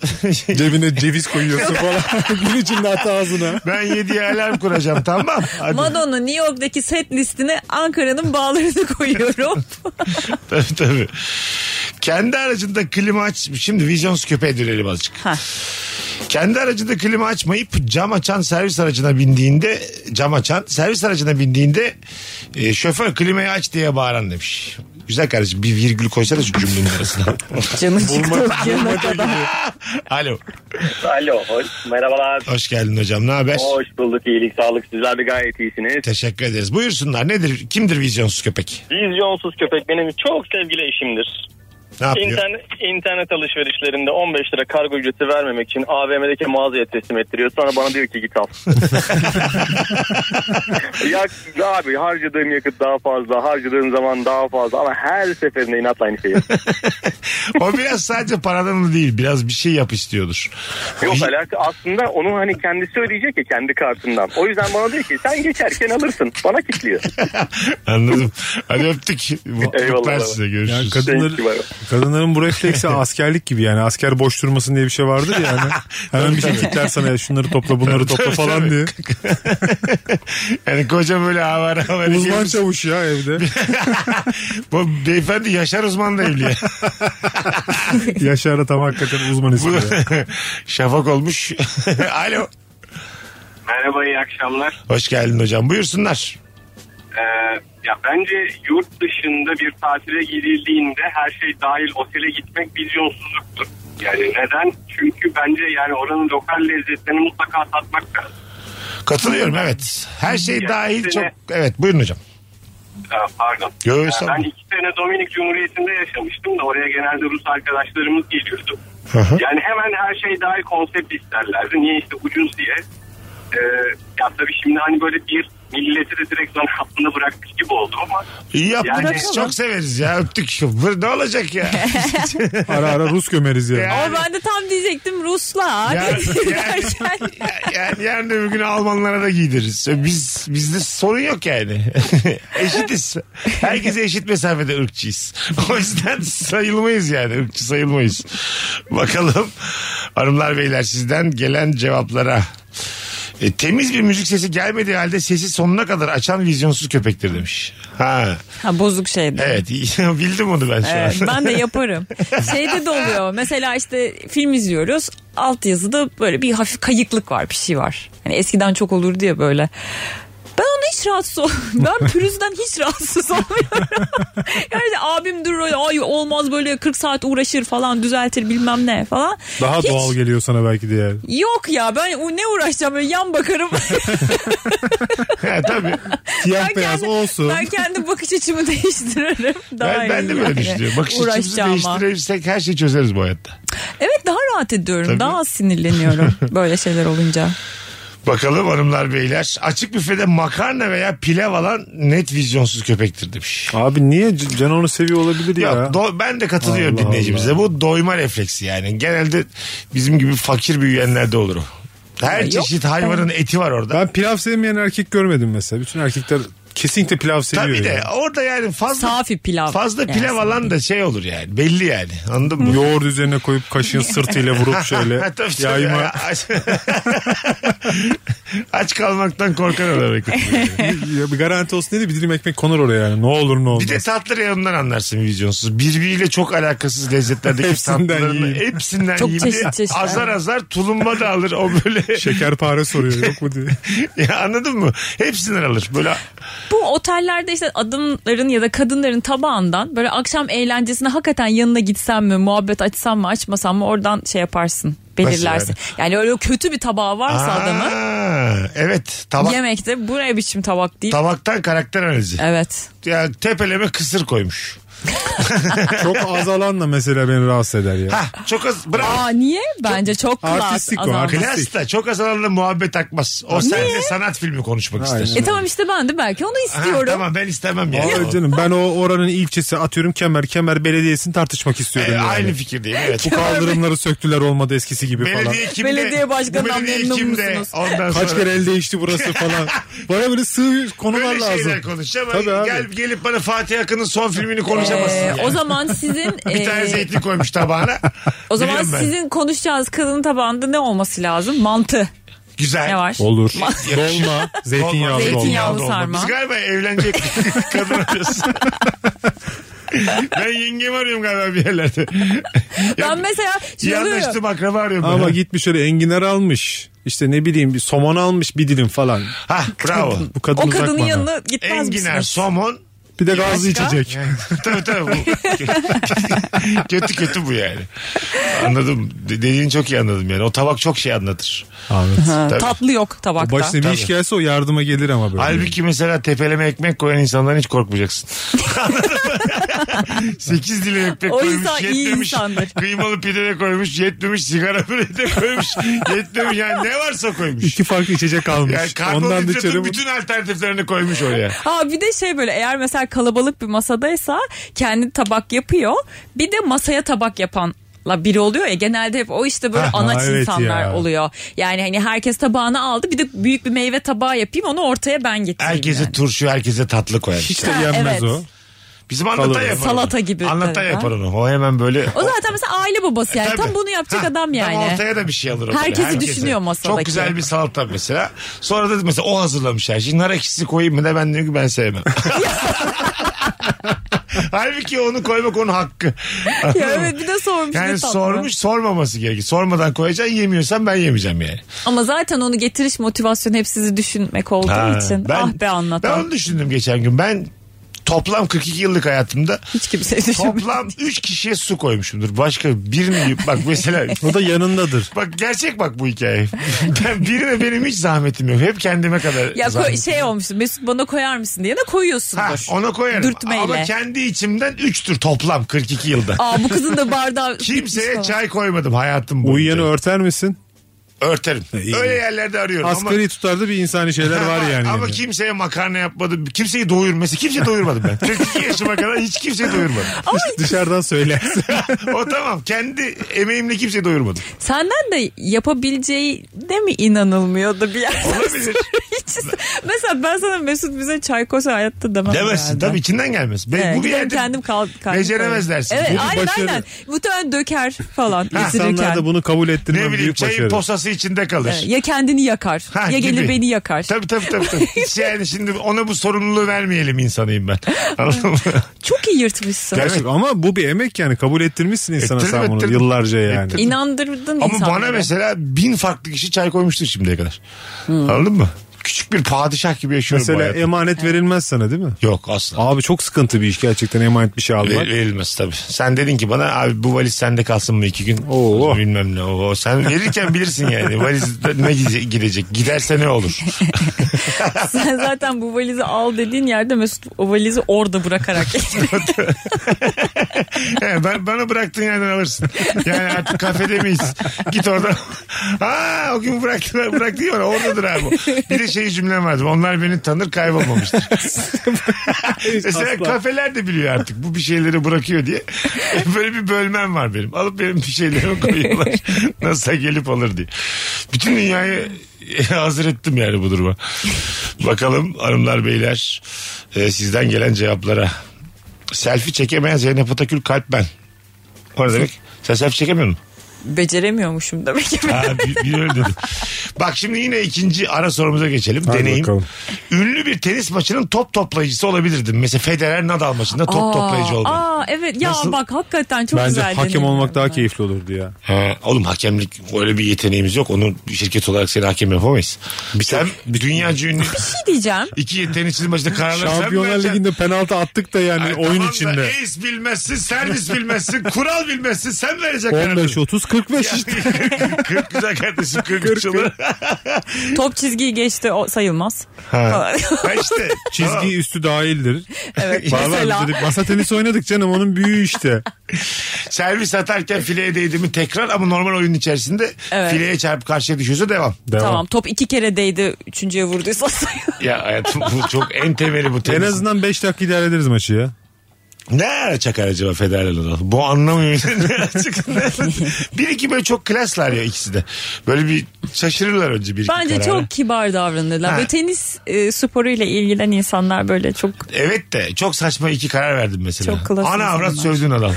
[SPEAKER 3] Cebine ceviz koyuyorsun falan. Gün içinde at ağzına.
[SPEAKER 1] ben yediye alarm kuracağım tamam. Hadi.
[SPEAKER 2] Madonna New York'taki set listine Ankara'nın bağlarını koyuyorum.
[SPEAKER 1] tabii tabii. Kendi aracında klima aç... Şimdi vizyonsuz köpeğe dönelim azıcık.
[SPEAKER 2] Ha.
[SPEAKER 1] Kendi aracında klima açmayıp cam açan servis aracına bindiğinde... Cam açan servis aracına bindiğinde... e, şoför klimayı aç diye bağıran demiş. Güzel kardeşim bir virgül koysana şu cümlenin arasına.
[SPEAKER 2] Canı çıktı. Canı kadar.
[SPEAKER 1] Alo.
[SPEAKER 6] Alo, hoş, merhabalar.
[SPEAKER 1] Hoş geldin hocam. Ne haber?
[SPEAKER 6] Hoş bulduk, iyilik, sağlık. Sizler de gayet iyisiniz.
[SPEAKER 1] Teşekkür ederiz. Buyursunlar. Nedir? Kimdir vizyonsuz köpek?
[SPEAKER 6] Vizyonsuz köpek benim çok sevgili eşimdir.
[SPEAKER 1] Ne yapıyor?
[SPEAKER 6] İnternet, internet alışverişlerinde 15 lira kargo ücreti vermemek için AVM'deki mağazaya teslim ettiriyor. Sonra bana diyor ki git al. ya abi harcadığım yakıt daha fazla, harcadığım zaman daha fazla ama her seferinde inatla aynı şeyi. yapıyor.
[SPEAKER 1] o biraz sadece paradan da değil. Biraz bir şey yap istiyordur.
[SPEAKER 6] Yok alaka aslında onu hani kendisi ödeyecek ya kendi kartından. O yüzden bana diyor ki sen geçerken alırsın. Bana kilitliyor.
[SPEAKER 1] Anladım. Hadi öptük. Mutluluklar
[SPEAKER 6] Eyvallah.
[SPEAKER 1] size. Görüşürüz.
[SPEAKER 3] Yani kadınlar,
[SPEAKER 6] Thank you, bay bay.
[SPEAKER 3] kadınların bu refleksi askerlik gibi yani asker boş durmasın diye bir şey vardır ya yani. Hemen bir şey kitler sana ya şunları topla bunları topla
[SPEAKER 1] Tabii,
[SPEAKER 3] falan
[SPEAKER 1] tabii.
[SPEAKER 3] diye.
[SPEAKER 1] Yani koca böyle avara avara
[SPEAKER 3] Uzman
[SPEAKER 1] gelmiş.
[SPEAKER 3] çavuş ya evde.
[SPEAKER 1] Bu beyefendi Yaşar Uzman da evli. ya.
[SPEAKER 3] Yaşar'a tam hakikaten uzman ismi.
[SPEAKER 1] Bu
[SPEAKER 3] ya.
[SPEAKER 1] şafak olmuş. Alo.
[SPEAKER 7] Merhaba iyi akşamlar.
[SPEAKER 1] Hoş geldin hocam. Buyursunlar.
[SPEAKER 7] Ee, ya bence yurt dışında bir tatile gidildiğinde her şey dahil otele gitmek vizyonsuzluktur. Yani neden? Çünkü bence yani oranın lokal lezzetlerini mutlaka tatmak lazım.
[SPEAKER 1] Katılıyorum evet. Her şey
[SPEAKER 7] Ya,
[SPEAKER 1] dahil
[SPEAKER 7] sene-
[SPEAKER 1] çok... Evet buyurun hocam.
[SPEAKER 7] Ee, pardon.
[SPEAKER 1] Yo, yo,
[SPEAKER 7] Ee,
[SPEAKER 1] sağ
[SPEAKER 7] ben
[SPEAKER 1] olun.
[SPEAKER 7] iki sene Dominik Cumhuriyeti'nde yaşamıştım da oraya genelde Rus arkadaşlarımız geliyordu. Yani hemen her şey dahil konsept isterlerdi. Niye işte ucuz diye. Ee, ya tabii şimdi hani böyle bir milleti de direkt zan altında bırakmış gibi oldu ama
[SPEAKER 1] İyi yaptınız.
[SPEAKER 7] Yani-
[SPEAKER 1] Biz çok severiz ya. Öptük. Bu Ne olacak ya?
[SPEAKER 3] Ara ara Rus gömeriz yani.
[SPEAKER 1] Ya.
[SPEAKER 2] Ama ben de tam diyecektim Ruslar.
[SPEAKER 1] Ya-
[SPEAKER 2] Derken
[SPEAKER 1] yani yarın öbür gün Almanlara da giydiririz. Biz bizde sorun yok yani. Eşitiz. Herkese eşit mesafede ırkçıyız. O yüzden sayılmayız yani. Irkçı sayılmayız. Bakalım hanımlar beyler sizden gelen cevaplara. E, temiz bir müzik sesi gelmediği halde sesi sonuna kadar açan vizyonsuz köpektir demiş. Ha
[SPEAKER 2] ha, bozuk şey şeydi.
[SPEAKER 1] evet bildim onu ben şu
[SPEAKER 2] Evet,
[SPEAKER 1] an.
[SPEAKER 2] ben de yaparım. Şeyde de oluyor. Mesela işte film izliyoruz. Alt yazıda böyle bir hafif kayıklık var, bir şey var. Hani eskiden çok olurdu ya böyle. Ben ona hiç rahatsız ol. Ben pürüzden hiç rahatsız olmuyorum. yani abim durur öyle, ay olmaz böyle 40 saat uğraşır falan düzeltir bilmem ne falan.
[SPEAKER 3] Daha
[SPEAKER 2] Hiç-
[SPEAKER 3] doğal geliyor sana belki de yani.
[SPEAKER 2] Yok ya ben u- ne uğraşacağım böyle yan bakarım.
[SPEAKER 1] Ha, tabii.
[SPEAKER 3] Siyah beyaz olsun.
[SPEAKER 2] ben kendi bakış açımı değiştiririm. Daha
[SPEAKER 1] ben, ben
[SPEAKER 2] iyi
[SPEAKER 1] de böyle
[SPEAKER 2] yani.
[SPEAKER 1] düşünüyorum. Bakış açımızı
[SPEAKER 2] Uğraşacağıma.
[SPEAKER 1] değiştirebilirsek her şeyi çözeriz bu hayatta.
[SPEAKER 2] Evet daha rahat ediyorum.
[SPEAKER 1] Tabii.
[SPEAKER 2] Daha az sinirleniyorum böyle şeyler olunca.
[SPEAKER 1] Bakalım hanımlar beyler. Açık büfede makarna veya pilav alan net vizyonsuz köpektir demiş.
[SPEAKER 3] Abi niye C- Can onu seviyor olabilir ya?
[SPEAKER 1] Yok, do- ben de katılıyorum
[SPEAKER 3] Allah
[SPEAKER 1] dinleyicimize. Bu doyma refleksi yani. Genelde bizim gibi fakir büyüyenlerde olur o. Her
[SPEAKER 2] Ya yok.
[SPEAKER 1] çeşit hayvanın eti var orada.
[SPEAKER 3] Ben pilav sevmeyen erkek görmedim mesela. Bütün erkekler Kesinlikle pilav seviyor.
[SPEAKER 1] Tabii de
[SPEAKER 3] yani.
[SPEAKER 1] orada yani fazla
[SPEAKER 2] Safi pilav.
[SPEAKER 1] fazla
[SPEAKER 2] Yani
[SPEAKER 1] pilav alan da şey olur yani. Belli yani. Anladın mı?
[SPEAKER 3] Yoğurt üzerine koyup kaşığın sırtıyla vurup şöyle
[SPEAKER 1] Tabii tabii.
[SPEAKER 3] yayma.
[SPEAKER 1] Aç, Aç kalmaktan korkan adam.
[SPEAKER 3] ya bir garanti olsun diye de bir dilim ekmek konur oraya yani. Ne olur ne olmaz.
[SPEAKER 1] Bir de tatlı yanından anlarsın vizyonsuz. Birbiriyle çok alakasız lezzetlerdeki
[SPEAKER 3] Hepsinden
[SPEAKER 1] tatlılarını
[SPEAKER 3] yiyeyim.
[SPEAKER 1] hepsinden
[SPEAKER 2] Çok
[SPEAKER 1] yiyeyim.
[SPEAKER 2] çeşit
[SPEAKER 1] diye
[SPEAKER 2] çeşit.
[SPEAKER 1] Azar azar tulumba da alır o böyle.
[SPEAKER 3] Şekerpare soruyor yok mu diye.
[SPEAKER 1] ya anladın mı? Hepsinden alır. Böyle
[SPEAKER 2] Bu otellerde işte adımların ya da kadınların tabağından böyle akşam eğlencesine hakikaten yanına gitsem mi, muhabbet açsam mı, açmasam mı oradan şey yaparsın, belirlersin. Yani? öyle kötü bir tabağı varsa adamın
[SPEAKER 1] Aa, Evet. Tabak,
[SPEAKER 2] yemekte bu ne biçim tabak değil.
[SPEAKER 1] tabaktan karakter analizi.
[SPEAKER 2] evet.
[SPEAKER 1] Ya tepeleme kısır koymuş.
[SPEAKER 3] Çok az alanla mesela beni rahatsız eder ya.
[SPEAKER 1] Hah, çok az. Bravo.
[SPEAKER 2] Aa niye? Bence çok klas
[SPEAKER 3] artistik o,
[SPEAKER 2] adam.
[SPEAKER 3] artistik.
[SPEAKER 1] Klas da çok az alanla muhabbet akmaz. O sende sanat filmi konuşmak
[SPEAKER 3] Aynen.
[SPEAKER 1] ister.
[SPEAKER 2] E tamam işte ben de belki onu
[SPEAKER 1] Ha,
[SPEAKER 2] istiyorum.
[SPEAKER 1] tamam ben istemem ya.
[SPEAKER 3] Vallahi canım ben o oranın ilçesi atıyorum Kemer Kemer Belediyesi'ni tartışmak istiyordum.
[SPEAKER 1] E,
[SPEAKER 3] yani.
[SPEAKER 1] aynı fikirdeyim evet.
[SPEAKER 3] Bu kaldırımları söktüler olmadı eskisi gibi falan.
[SPEAKER 1] Belediye kimde?
[SPEAKER 2] Belediye başkanından
[SPEAKER 1] bu belediye
[SPEAKER 2] memnun
[SPEAKER 1] kimde?
[SPEAKER 2] musunuz?
[SPEAKER 1] Ondan
[SPEAKER 3] Kaç
[SPEAKER 1] sonra
[SPEAKER 3] kere el değişti burası falan. Bana böyle sığ konular
[SPEAKER 1] böyle
[SPEAKER 3] lazım.
[SPEAKER 1] şeyler konuşacağım. hani
[SPEAKER 3] Tabii abi.
[SPEAKER 1] Gel, gelip bana Fatih Akın'ın son filmini konuşamazsın.
[SPEAKER 2] Ee,
[SPEAKER 1] yani.
[SPEAKER 2] o zaman sizin
[SPEAKER 1] Bir tane
[SPEAKER 2] e,
[SPEAKER 1] zeytin koymuş tabağına.
[SPEAKER 2] o zaman
[SPEAKER 1] Biliyorum ben.
[SPEAKER 2] sizin konuşacağınız kadının tabağında ne olması lazım? Mantı.
[SPEAKER 1] Güzel.
[SPEAKER 2] Ne var?
[SPEAKER 3] Olur.
[SPEAKER 1] Yakışır.
[SPEAKER 3] Dolma, zeytinyağlı
[SPEAKER 1] Olmaz.
[SPEAKER 3] dolma.
[SPEAKER 2] Zeytinyağlı.
[SPEAKER 1] Olmaz.
[SPEAKER 2] sarma.
[SPEAKER 1] Biz galiba evlenecek kadın arıyoruz. ben yengemi arıyorum galiba bir yerlerde. Ya-
[SPEAKER 2] Ben mesela şey oluyor.
[SPEAKER 1] Yandaştım akraba arıyorum. ben.
[SPEAKER 3] Ama gitmiş öyle enginar almış. İşte ne bileyim bir somon almış bir dilim falan.
[SPEAKER 1] Ha bravo.
[SPEAKER 3] Bu kadın
[SPEAKER 2] O
[SPEAKER 3] uzak
[SPEAKER 2] kadının
[SPEAKER 3] bana.
[SPEAKER 2] yanına gitmez
[SPEAKER 1] Enginar,
[SPEAKER 2] misiniz?
[SPEAKER 1] somon.
[SPEAKER 3] Bir de gazlı
[SPEAKER 2] Başka?
[SPEAKER 3] içecek.
[SPEAKER 1] tabii tabii. Bu. kötü kötü bu yani. Anladım. De- Dediğini çok iyi anladım yani. O tabak çok şey anlatır.
[SPEAKER 3] Ahmet.
[SPEAKER 2] Ha,
[SPEAKER 1] Tabii.
[SPEAKER 2] Tatlı yok tabakta.
[SPEAKER 3] Başına bir iş gelse o yardıma gelir ama böyle.
[SPEAKER 1] Halbuki mesela tepeleme ekmek koyan insandan hiç korkmayacaksın. Anladın mı? Sekiz dilim ekmek
[SPEAKER 2] O
[SPEAKER 1] koymuş
[SPEAKER 2] insan iyi
[SPEAKER 1] yetmemiş.
[SPEAKER 2] insandır.
[SPEAKER 1] Kıymalı pide de koymuş yetmemiş. Sigara böreği de koymuş yetmemiş. Yani ne varsa koymuş.
[SPEAKER 3] İki farklı içecek almış.
[SPEAKER 1] Yani
[SPEAKER 3] Ondan
[SPEAKER 1] karbonhidratın
[SPEAKER 3] dışarı
[SPEAKER 1] bütün alternatiflerini koymuş oraya.
[SPEAKER 2] Ha bir de şey böyle eğer mesela kalabalık bir masadaysa kendi tabak yapıyor. Bir de masaya tabak yapan biri oluyor ya genelde hep o işte böyle
[SPEAKER 3] Ha,
[SPEAKER 2] anaç
[SPEAKER 3] evet
[SPEAKER 2] insanlar
[SPEAKER 3] ya.
[SPEAKER 2] oluyor. Yani hani herkes tabağını aldı bir de büyük bir meyve tabağı yapayım onu ortaya ben getireyim.
[SPEAKER 1] Herkese
[SPEAKER 2] yani.
[SPEAKER 1] turşu, herkese tatlı koyar.
[SPEAKER 3] hiç de
[SPEAKER 2] Ha,
[SPEAKER 3] yenmez
[SPEAKER 2] evet.
[SPEAKER 3] o.
[SPEAKER 1] Bizim anlatan
[SPEAKER 3] Kalır.
[SPEAKER 1] yapar.
[SPEAKER 2] Salata
[SPEAKER 1] onu.
[SPEAKER 2] gibi
[SPEAKER 1] Anlatan
[SPEAKER 2] tabii,
[SPEAKER 1] yapar
[SPEAKER 2] ha.
[SPEAKER 1] onu. O hemen böyle.
[SPEAKER 2] O zaten mesela aile babası yani
[SPEAKER 1] E, Tabii.
[SPEAKER 2] tam bunu yapacak
[SPEAKER 1] Ha,
[SPEAKER 2] adam
[SPEAKER 1] Tam
[SPEAKER 2] yani.
[SPEAKER 1] ortaya da bir şey alır. o
[SPEAKER 2] Herkesi
[SPEAKER 1] böyle,
[SPEAKER 2] düşünüyor masadaki.
[SPEAKER 1] Çok güzel bir salata mesela. Sonra da mesela o hazırlamış her şeyi. Nar ekşisi koyayım mı da ben diyorum ki ben sevmem. Halbuki onu koymak onun hakkı. Anladın
[SPEAKER 2] Ya
[SPEAKER 1] mı?
[SPEAKER 2] evet bir de sormuş ne
[SPEAKER 1] Yani
[SPEAKER 2] tatlı.
[SPEAKER 1] sormuş sormaması gerekir. Sormadan koyacaksın yemiyorsan ben yemeyeceğim yani.
[SPEAKER 2] Ama zaten onu getiriş motivasyonu hep sizi düşünmek olduğu
[SPEAKER 1] Ha,
[SPEAKER 2] için. ah be
[SPEAKER 1] Ben
[SPEAKER 2] anlatan.
[SPEAKER 1] onu düşündüm geçen gün. Ben toplam 42 yıllık hayatımda
[SPEAKER 2] Hiç kimse düşünmüyor.
[SPEAKER 1] toplam 3 kişiye su koymuşumdur. Başka birini bak mesela
[SPEAKER 3] O da yanındadır.
[SPEAKER 1] Bak gerçek bak bu hikaye. Ben birine benim hiç zahmetim yok. Hep kendime kadar
[SPEAKER 2] Ya koy-
[SPEAKER 1] zahmetim.
[SPEAKER 2] şey olmuştu Mesut bana koyar mısın diye de koyuyorsundur.
[SPEAKER 1] Ha, ona koyarım.
[SPEAKER 2] Dürtmeyle.
[SPEAKER 1] Ama kendi içimden 3'tür toplam 42 yılda.
[SPEAKER 2] Aa bu kızın da bardağı
[SPEAKER 1] Kimseye
[SPEAKER 2] bitmiş falan.
[SPEAKER 1] çay koymadım hayatım boyunca.
[SPEAKER 3] Uyuyanı örter misin?
[SPEAKER 1] Örterim.
[SPEAKER 3] iyi.
[SPEAKER 1] Öyle yerlerde arıyorum.
[SPEAKER 3] Asgari tutarda bir insani şeyler
[SPEAKER 1] ama,
[SPEAKER 3] var yani.
[SPEAKER 1] Ama
[SPEAKER 3] yani.
[SPEAKER 1] kimseye makarna yapmadım. Kimseyi doyurması. Kimseyi doyurmadım ben. 42 yaşıma kadar hiç kimseyi doyurmadım.
[SPEAKER 3] Dışarıdan söylersin.
[SPEAKER 1] o tamam. Kendi emeğimle kimseyi doyurmadım.
[SPEAKER 2] Senden de yapabileceği de mi inanılmıyor da bir yerde?
[SPEAKER 1] Olabilir.
[SPEAKER 2] Hiç- Mesela ben sana Mesut bize çay koysa hayatta demem.
[SPEAKER 1] Demezsin.
[SPEAKER 2] herhalde.
[SPEAKER 1] Tabii içinden gelmez. Ben
[SPEAKER 2] Evet,
[SPEAKER 1] bu bir
[SPEAKER 2] giderim
[SPEAKER 1] yerde
[SPEAKER 2] kendim kal, kendim
[SPEAKER 1] beceremez
[SPEAKER 2] koyarım.
[SPEAKER 1] dersin. Bu
[SPEAKER 2] Evet
[SPEAKER 1] bir
[SPEAKER 2] aynen
[SPEAKER 3] başarı.
[SPEAKER 2] aynen. Muhtemelen döker falan.
[SPEAKER 3] İnsanlar
[SPEAKER 2] getirirken.
[SPEAKER 3] da bunu kabul ettirmem
[SPEAKER 1] ne bileyim
[SPEAKER 3] büyük
[SPEAKER 1] çayın
[SPEAKER 3] başarı.
[SPEAKER 1] posası içinde kalır.
[SPEAKER 2] Evet, Ya kendini yakar
[SPEAKER 1] Ha,
[SPEAKER 2] ya gelir
[SPEAKER 1] gibi.
[SPEAKER 2] beni yakar.
[SPEAKER 1] Tabii tabii tabii. tabii. Hiç yani şimdi ona bu sorumluluğu vermeyelim insanıyım ben. Anladın mı?
[SPEAKER 2] Çok iyi yırtmışsın.
[SPEAKER 1] Gerçekten
[SPEAKER 3] Gerçek ama bu bir emek yani kabul ettirmişsin insana
[SPEAKER 1] Ettirdim,
[SPEAKER 3] sen bunu
[SPEAKER 1] ettirdim.
[SPEAKER 3] yıllarca yani.
[SPEAKER 1] Ettirdim.
[SPEAKER 2] İnandırdın
[SPEAKER 1] Ama
[SPEAKER 2] insanları.
[SPEAKER 1] bana mesela bin farklı kişi çay koymuştur şimdiye kadar.
[SPEAKER 2] Hmm.
[SPEAKER 1] Anladın mı? Küçük bir padişah gibi yaşıyorum bu
[SPEAKER 3] Mesela
[SPEAKER 1] hayatı.
[SPEAKER 3] emanet verilmez sana değil mi?
[SPEAKER 1] Yok asla.
[SPEAKER 3] Abi çok sıkıntı bir iş gerçekten emanet bir şey almak.
[SPEAKER 1] Ver- verilmez tabii. Sen dedin ki bana abi bu valiz sende kalsın mı iki gün?
[SPEAKER 3] Oo.
[SPEAKER 1] Bilmem ne. Oo. Sen verirken bilirsin yani. Valiz ne gide- gidecek? Giderse ne olur?
[SPEAKER 2] Sen zaten bu valizi al dediğin yerde Mesut o valizi orada bırakarak
[SPEAKER 1] He, ben, bana bıraktığın yerden alırsın. Yani artık kafede miyiz? Git orada. Aa o gün bıraktılar. Bıraktı ya oradadır abi. o. Bir de şey cümlem vardı. Onlar beni tanır kaybolmamıştır. Mesela kafeler de biliyor artık. Bu bir şeyleri bırakıyor diye. Böyle bir bölmem var benim. Alıp benim bir şeylerimi koyuyorlar. Nasılsa gelip alır diye. Bütün dünyayı hazır ettim yani bu duruma. Bakalım hanımlar beyler e, sizden gelen cevaplara. Selfie çekemeyen Zeynep Atakül kalp ben. O ne demek? Sen selfie çekemiyor musun?
[SPEAKER 2] Beceremiyormuşum demek ki.
[SPEAKER 1] Ha, bir, bir öyle dedi. Bak şimdi yine ikinci ara sorumuza geçelim.
[SPEAKER 3] Hadi
[SPEAKER 1] Deneyim.
[SPEAKER 3] bakalım.
[SPEAKER 1] Ünlü bir tenis maçının top toplayıcısı olabilirdim. Mesela Federer Nadal maçında top
[SPEAKER 2] Aa,
[SPEAKER 1] toplayıcı oldu.
[SPEAKER 2] Aa evet ya
[SPEAKER 1] Nasıl?
[SPEAKER 2] bak hakikaten çok
[SPEAKER 3] Bence
[SPEAKER 2] güzel.
[SPEAKER 3] hakem
[SPEAKER 2] deneyim
[SPEAKER 3] olmak daha
[SPEAKER 2] bunlar.
[SPEAKER 3] keyifli olurdu ya.
[SPEAKER 1] He, oğlum hakemlik öyle bir yeteneğimiz yok. Onu bir şirket olarak seni hakem yapamayız. Sen dünyaca ünlü
[SPEAKER 2] Bir şey diyeceğim.
[SPEAKER 1] iki yeteneksiz maçta kararlar sen mi
[SPEAKER 3] Şampiyonlar
[SPEAKER 1] vereceksin?
[SPEAKER 3] Ligi'nde penaltı attık da yani
[SPEAKER 1] Ay,
[SPEAKER 3] oyun
[SPEAKER 1] tamam da
[SPEAKER 3] içinde.
[SPEAKER 1] Ace bilmezsin, servis bilmezsin, kural bilmezsin. Sen verecek kararı.
[SPEAKER 3] 15 30 45 işte.
[SPEAKER 1] 40 güzel kardeşim 43 olur.
[SPEAKER 2] Top çizgiyi geçti o sayılmaz.
[SPEAKER 1] Ha. Ha E, işte.
[SPEAKER 3] Çizgi
[SPEAKER 1] Tamam.
[SPEAKER 3] üstü dahildir.
[SPEAKER 2] Evet
[SPEAKER 3] Var var
[SPEAKER 2] mesela.
[SPEAKER 3] biz dedik, masa tenisi oynadık canım onun büyüğü işte.
[SPEAKER 1] Servis atarken fileye değdi mi tekrar ama normal oyunun içerisinde
[SPEAKER 2] Evet.
[SPEAKER 1] fileye çarpıp karşıya düşüyorsa devam.
[SPEAKER 3] Devam.
[SPEAKER 2] Tamam top iki kere değdi üçüncüye vurduysa sayılır.
[SPEAKER 1] Ya hayatım bu çok en temeli bu.
[SPEAKER 3] En
[SPEAKER 1] tenis.
[SPEAKER 3] azından 5 dakika idare ederiz maçı ya.
[SPEAKER 1] Ne ara çakar acaba Federer'le Nadal? Bu anlamıyorum. Ne ara çakar? bir iki böyle çok klaslar ya ikisi de. Böyle bir şaşırırlar önce bir iki
[SPEAKER 2] Bence
[SPEAKER 1] karara.
[SPEAKER 2] çok kibar davranırlar.
[SPEAKER 1] Ha.
[SPEAKER 2] Böyle tenis e, sporuyla ilgilen insanlar böyle çok
[SPEAKER 1] Evet de çok saçma iki karar verdim mesela.
[SPEAKER 2] Çok klas
[SPEAKER 1] Ana avrat
[SPEAKER 2] insanlar.
[SPEAKER 1] sövdüğün adam.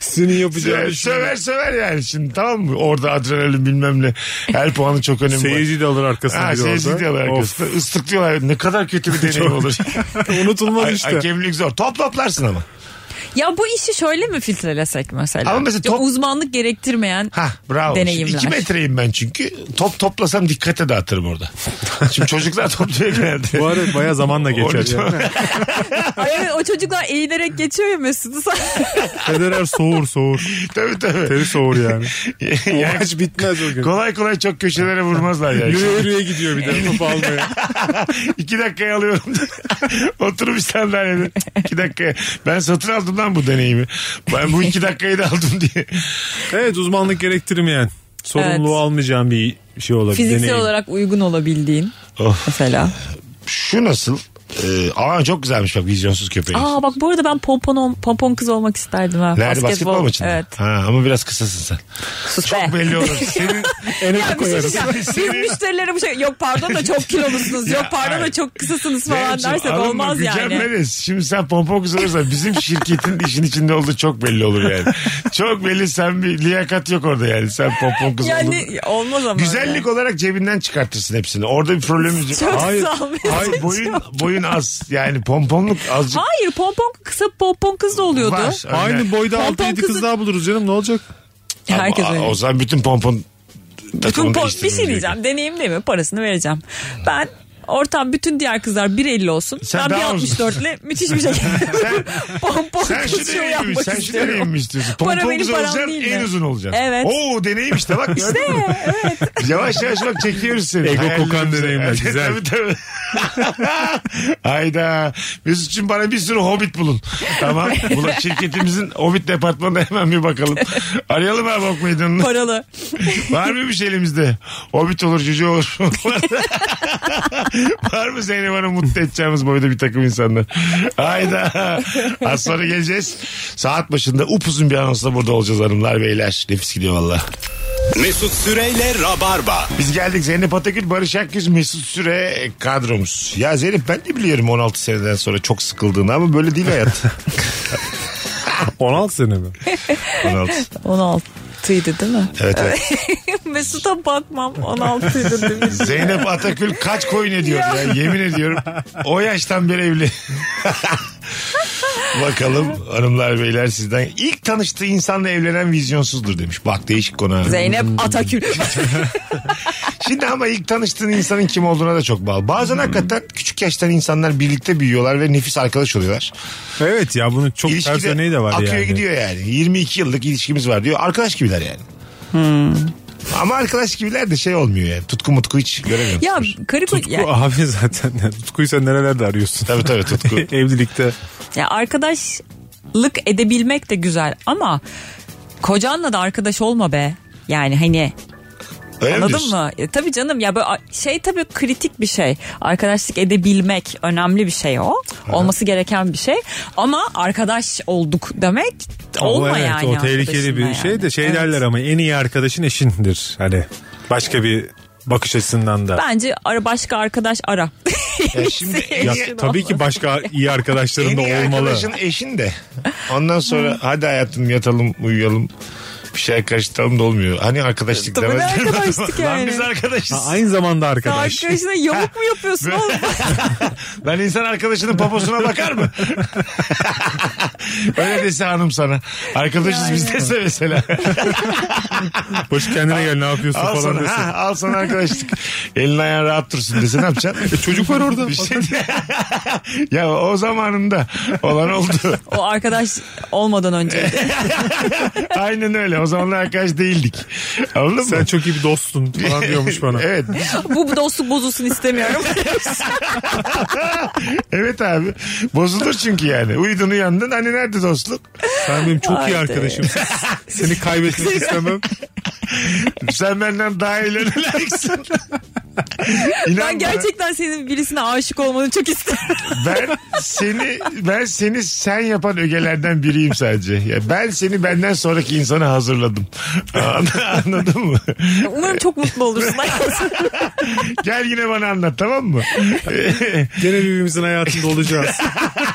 [SPEAKER 3] Senin yapacağın
[SPEAKER 1] söver, söver söver yani şimdi tamam mı? Orada adrenalin bilmem ne. Her puanı çok önemli.
[SPEAKER 3] Seyirci de alır arkasına
[SPEAKER 1] Ha, şey
[SPEAKER 3] bir de
[SPEAKER 1] seyirci
[SPEAKER 3] olsa.
[SPEAKER 1] diyorlar.
[SPEAKER 3] Of.
[SPEAKER 1] arkasında. Islıklıyorlar. Ne kadar kötü bir deneyim olur.
[SPEAKER 3] Unutulmaz
[SPEAKER 1] Ha-
[SPEAKER 3] işte.
[SPEAKER 1] Hakemlik zor. Top toplarsın ama.
[SPEAKER 2] Ya bu işi şöyle mi filtrelesek mesela?
[SPEAKER 1] Ama mesela
[SPEAKER 2] Ya
[SPEAKER 1] top-
[SPEAKER 2] Uzmanlık gerektirmeyen
[SPEAKER 1] Ha bravo.
[SPEAKER 2] Deneyimler.
[SPEAKER 1] 2 metreyim ben çünkü. Top toplasam dikkate dağıtırım orada. Şimdi çocuklar topluyor genelde.
[SPEAKER 3] Bu arada baya zamanla geçer.
[SPEAKER 1] Orada-
[SPEAKER 3] ya.
[SPEAKER 2] Ay evet, o çocuklar eğilerek geçiyor ya Mesut'u. Sen-
[SPEAKER 3] Federer soğur soğur.
[SPEAKER 1] tabii tabii.
[SPEAKER 3] Teri soğur yani.
[SPEAKER 1] Yani
[SPEAKER 3] Maç bitmez o gün.
[SPEAKER 1] kolay kolay çok köşelere vurmazlar yani.
[SPEAKER 3] Yürüye yürüye gidiyor bir de topu almaya.
[SPEAKER 1] İki dakikaya alıyorum. Oturmuş sandalyede. İki dakikaya. Ben satın aldım lan bu deneyimi. Ben bu iki dakikayı da aldım diye.
[SPEAKER 3] Evet uzmanlık gerektirmeyen. Sorumluluğu
[SPEAKER 2] Evet.
[SPEAKER 3] almayacağım bir şey olabilir.
[SPEAKER 2] Fiziksel
[SPEAKER 3] deneyim.
[SPEAKER 2] olarak uygun olabildiğin
[SPEAKER 1] Of.
[SPEAKER 2] mesela.
[SPEAKER 1] Şu nasıl? Ee, aa çok güzelmiş bak vizyonsuz köpeğimiz.
[SPEAKER 2] Aa bak bu arada ben pompon, pompon kız olmak isterdim ha.
[SPEAKER 1] Nerede basketbol maçında?
[SPEAKER 2] Evet.
[SPEAKER 1] Ha, ama biraz kısasın sen.
[SPEAKER 2] Sus
[SPEAKER 1] Çok
[SPEAKER 2] be.
[SPEAKER 1] belli olur. Senin
[SPEAKER 2] Ya bir şey diyeceğim. Biz
[SPEAKER 1] Seni-
[SPEAKER 2] müşterilere bu şey yok pardon da çok kilolusunuz
[SPEAKER 1] Ya,
[SPEAKER 2] yok pardon
[SPEAKER 1] hayır.
[SPEAKER 2] da çok kısasınız falan
[SPEAKER 1] Mevcut,
[SPEAKER 2] dersek
[SPEAKER 1] anladın mı?
[SPEAKER 2] olmaz yani.
[SPEAKER 1] Mükemmeliz. Şimdi sen pompon kız olursan bizim şirketin işin içinde olduğu çok belli olur yani. çok belli sen bir liyakat yok orada yani. Sen pompon kız oldun.
[SPEAKER 2] Yani olmaz ama.
[SPEAKER 1] Güzellik olarak cebinden çıkartırsın hepsini. Orada bir problemimiz yok.
[SPEAKER 2] Çok
[SPEAKER 3] Hayır,
[SPEAKER 2] sağ ol.
[SPEAKER 1] Hayır, boyun, boyun az yani pomponluk azıcık
[SPEAKER 2] Hayır pompon kısa pompon kız da oluyordu.
[SPEAKER 1] var. Öyle.
[SPEAKER 3] Aynı boyda
[SPEAKER 2] Pompon
[SPEAKER 3] 6-7 kız
[SPEAKER 2] kızı-
[SPEAKER 3] daha buluruz canım ne olacak?
[SPEAKER 1] Ama
[SPEAKER 2] Herkes öyle.
[SPEAKER 1] O zaman bütün pompon
[SPEAKER 2] Bütün
[SPEAKER 1] takımını
[SPEAKER 2] po- bir
[SPEAKER 1] değiştirmemiz
[SPEAKER 2] şey
[SPEAKER 1] gerekiyor.
[SPEAKER 2] diyeceğim. Deneyimli mi? Parasını vereceğim. Ben ortam bütün diğer kızlar 1.50 olsun.
[SPEAKER 1] Sen
[SPEAKER 2] ben
[SPEAKER 1] daha uzun.
[SPEAKER 2] 1.64 ile müthiş bir şekilde
[SPEAKER 1] Sen-
[SPEAKER 2] pompon
[SPEAKER 1] Sen şu
[SPEAKER 2] kız şov
[SPEAKER 1] deneyimi mi?
[SPEAKER 2] yapmak
[SPEAKER 1] Sen şu
[SPEAKER 2] istiyorum.
[SPEAKER 1] deneyimi mi istiyorsun?
[SPEAKER 2] Para
[SPEAKER 1] Pompon
[SPEAKER 2] benim
[SPEAKER 1] kız
[SPEAKER 2] param
[SPEAKER 1] olacaksın
[SPEAKER 2] değil mi?
[SPEAKER 1] en uzun olacaksın.
[SPEAKER 2] Evet.
[SPEAKER 1] Oo deneyim işte bak. işte Yavaş yavaş bak çekiyoruz seni.
[SPEAKER 3] Ego kokan
[SPEAKER 1] Hayallerimize.
[SPEAKER 3] deneyimler, güzel.
[SPEAKER 1] tabii tabii. Hayda. Mesut'cum bana bir sürü hobbit bulun. Tamam. Bulun. Şirketimizin hobbit departmanına hemen bir bakalım. Arayalım abi ok meydanını.
[SPEAKER 2] Paralı.
[SPEAKER 1] Var mı bir şey elimizde? Hobbit olur cüce olur. Var mı Zeynep Hanım mutlu edeceğimiz boyda bir takım insanlar? Hayda. Az sonra geleceğiz. Saat başında upuzun bir anonsla burada olacağız hanımlar beyler. Nefis gidiyor valla.
[SPEAKER 5] Mesut Süreyle Rabarba.
[SPEAKER 1] Biz geldik Zeynep Atakül, Barış Akgüz, Mesut Süre kadromuz. Ya Zeynep ben de biliyorum 16 seneden sonra çok sıkıldığını ama böyle değil hayat.
[SPEAKER 3] 16 sene mi?
[SPEAKER 1] 16.
[SPEAKER 2] 16'ydı değil mi?
[SPEAKER 1] Evet evet.
[SPEAKER 2] Mesut'a bakmam 16'ydı değil mi?
[SPEAKER 1] Zeynep Atakül kaç koyun ediyor ya yemin ediyorum. O yaştan beri evli. Bakalım hanımlar beyler sizden ilk tanıştığı insanla evlenen vizyonsuzdur demiş. Bak değişik konu. ha.
[SPEAKER 2] Zeynep Atakül.
[SPEAKER 1] Şimdi ama ilk tanıştığın insanın kim olduğuna da çok bağlı. Bazen
[SPEAKER 3] Hmm.
[SPEAKER 1] hakikaten küçük yaştan insanlar birlikte büyüyorlar ve nefis arkadaş oluyorlar.
[SPEAKER 3] Evet ya bunun çok ters örneği de var
[SPEAKER 1] akıyor
[SPEAKER 3] yani.
[SPEAKER 1] gidiyor yani. 22 yıllık ilişkimiz var diyor. Arkadaş gibiler yani.
[SPEAKER 2] Hmm.
[SPEAKER 1] Ama arkadaş gibiler de şey olmuyor yani. Tutku mutku hiç göremiyorum.
[SPEAKER 2] ya karı ko-
[SPEAKER 3] Tutku
[SPEAKER 2] ya,
[SPEAKER 3] abi zaten. Tutkuyu sen nerelerde arıyorsun?
[SPEAKER 1] Tabii tabii tutku.
[SPEAKER 3] Evlilikte.
[SPEAKER 2] ya arkadaşlık edebilmek de güzel ama kocanla da arkadaş olma be. Yani hani
[SPEAKER 1] Öyle mi
[SPEAKER 2] Anladın
[SPEAKER 1] diyorsun?
[SPEAKER 2] mı? E, tabii canım ya böyle a- şey tabii kritik bir şey. Arkadaşlık edebilmek önemli bir şey o. Olması gereken bir şey. Ama arkadaş olduk demek olma
[SPEAKER 3] Ama evet,
[SPEAKER 2] yani.
[SPEAKER 3] O tehlikeli bir
[SPEAKER 2] arkadaşınla
[SPEAKER 3] şey
[SPEAKER 2] yani.
[SPEAKER 3] de şey
[SPEAKER 2] Evet.
[SPEAKER 3] derler ama en iyi arkadaşın eşindir. Hani Başka bir bakış açısından da.
[SPEAKER 2] Bence ara başka arkadaş ara.
[SPEAKER 1] Ya şimdi en
[SPEAKER 3] Ya,
[SPEAKER 1] iyi-
[SPEAKER 2] Eşin
[SPEAKER 3] tabii ki
[SPEAKER 2] olmalı.
[SPEAKER 3] başka iyi arkadaşların
[SPEAKER 1] en
[SPEAKER 3] da
[SPEAKER 1] iyi
[SPEAKER 3] olmalı.
[SPEAKER 1] arkadaşın eşin de. Ondan sonra hadi hayatım yatalım uyuyalım. Bir şey karıştıralım da olmuyor. Hani arkadaşlık
[SPEAKER 2] Tabii ne
[SPEAKER 1] demezler mi adama?
[SPEAKER 2] arkadaşlık
[SPEAKER 1] Lan
[SPEAKER 2] yani?
[SPEAKER 1] biz arkadaşız.
[SPEAKER 3] Ha, aynı zamanda arkadaş.
[SPEAKER 2] Arkadaşına yamuk mu yapıyorsun oğlum?
[SPEAKER 1] ben insan arkadaşının poposuna bakar mı? Öyle dese hanım sana. Arkadaşız biz dese mesela.
[SPEAKER 3] Hoş kendine gel ne yapıyorsun
[SPEAKER 1] al
[SPEAKER 3] falan
[SPEAKER 1] sana,
[SPEAKER 3] desin.
[SPEAKER 1] ha, al sana arkadaşlık. Elin ayağın rahat dursun dese ne yapacaksın?
[SPEAKER 3] E, çocuk var orada.
[SPEAKER 1] Bir şey ya o zamanında olan oldu.
[SPEAKER 2] o arkadaş olmadan önce.
[SPEAKER 1] Aynen öyle. O zamanlar arkadaş değildik. Anladın
[SPEAKER 3] Sen
[SPEAKER 1] mı?
[SPEAKER 3] çok iyi bir dostsun falan diyormuş bana.
[SPEAKER 1] evet.
[SPEAKER 2] Bu dostluk bozulsun istemiyorum.
[SPEAKER 1] Evet abi. Bozulur çünkü yani. Uyudun uyandın. Hani nerede dostluk?
[SPEAKER 3] Sen benim çok iyi
[SPEAKER 2] Haydi.
[SPEAKER 3] arkadaşımsın. Seni Hani kaybetmek istemem.
[SPEAKER 1] Sen benden daha ileri layıksın. İnan bana,
[SPEAKER 2] ben gerçekten senin birisine aşık olmanı çok isterim.
[SPEAKER 1] ben seni ben seni sen yapan ögelerden biriyim sadece. Ya ben seni benden sonraki insana hazırladım. An- Anladın mı?
[SPEAKER 2] Umarım çok mutlu olursun.
[SPEAKER 1] Gel yine bana anlat tamam mı?
[SPEAKER 3] Gene birbirimizin hayatında olacağız.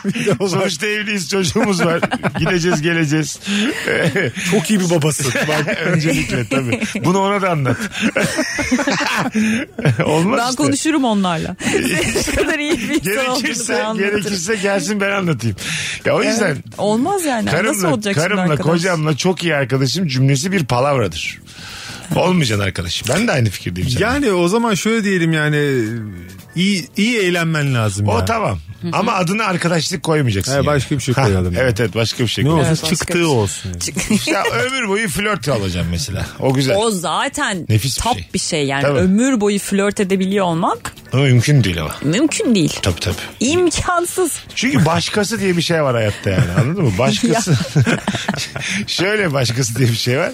[SPEAKER 3] Bir de o zaman
[SPEAKER 1] Sonuçta evliyiz çocuğumuz var. Gideceğiz geleceğiz.
[SPEAKER 3] çok iyi bir babasın. Bak,
[SPEAKER 1] Öncelikle tabii. Bunu ona da anlat. Olmaz
[SPEAKER 2] ben
[SPEAKER 1] işte.
[SPEAKER 2] konuşurum onlarla. ne kadar iyi bir insan olduğunu ben
[SPEAKER 1] Gerekirse,
[SPEAKER 2] anlatırım.
[SPEAKER 1] gerekirse gelsin ben anlatayım. Ya o yüzden
[SPEAKER 2] Olmaz yani. Nasıl
[SPEAKER 1] karımla,
[SPEAKER 2] olacak şimdi
[SPEAKER 1] karımla
[SPEAKER 2] arkadaş?
[SPEAKER 1] kocamla çok iyi arkadaşım cümlesi bir palavradır. Olmayacaksın arkadaş. Ben de aynı fikirdeyim. seninle.
[SPEAKER 3] yani o zaman şöyle diyelim yani iyi iyi eğlenmen lazım.
[SPEAKER 1] o
[SPEAKER 3] ya.
[SPEAKER 1] tamam. Ama adına arkadaşlık koymayacaksın.
[SPEAKER 3] He,
[SPEAKER 1] yani.
[SPEAKER 3] başka bir şey
[SPEAKER 1] Ha,
[SPEAKER 3] koyalım yani.
[SPEAKER 1] Evet evet başka bir şey
[SPEAKER 3] Ne
[SPEAKER 1] koyalım.
[SPEAKER 3] olsun
[SPEAKER 2] Evet, başka bir
[SPEAKER 3] çıktığı
[SPEAKER 2] şey.
[SPEAKER 3] olsun.
[SPEAKER 1] Ya ömür boyu flört alacağım mesela. O güzel.
[SPEAKER 2] O zaten
[SPEAKER 1] Nefis bir
[SPEAKER 2] top bir
[SPEAKER 1] şey.
[SPEAKER 2] şey. yani
[SPEAKER 1] Tabii.
[SPEAKER 2] ömür boyu flört edebiliyor olmak
[SPEAKER 1] Ama mümkün değil ama.
[SPEAKER 2] mümkün değil.
[SPEAKER 1] Tabii tabii.
[SPEAKER 2] İmkansız.
[SPEAKER 1] Çünkü başkası diye bir şey var hayatta yani anladın mı? Başkası. Şöyle başkası diye bir şey var.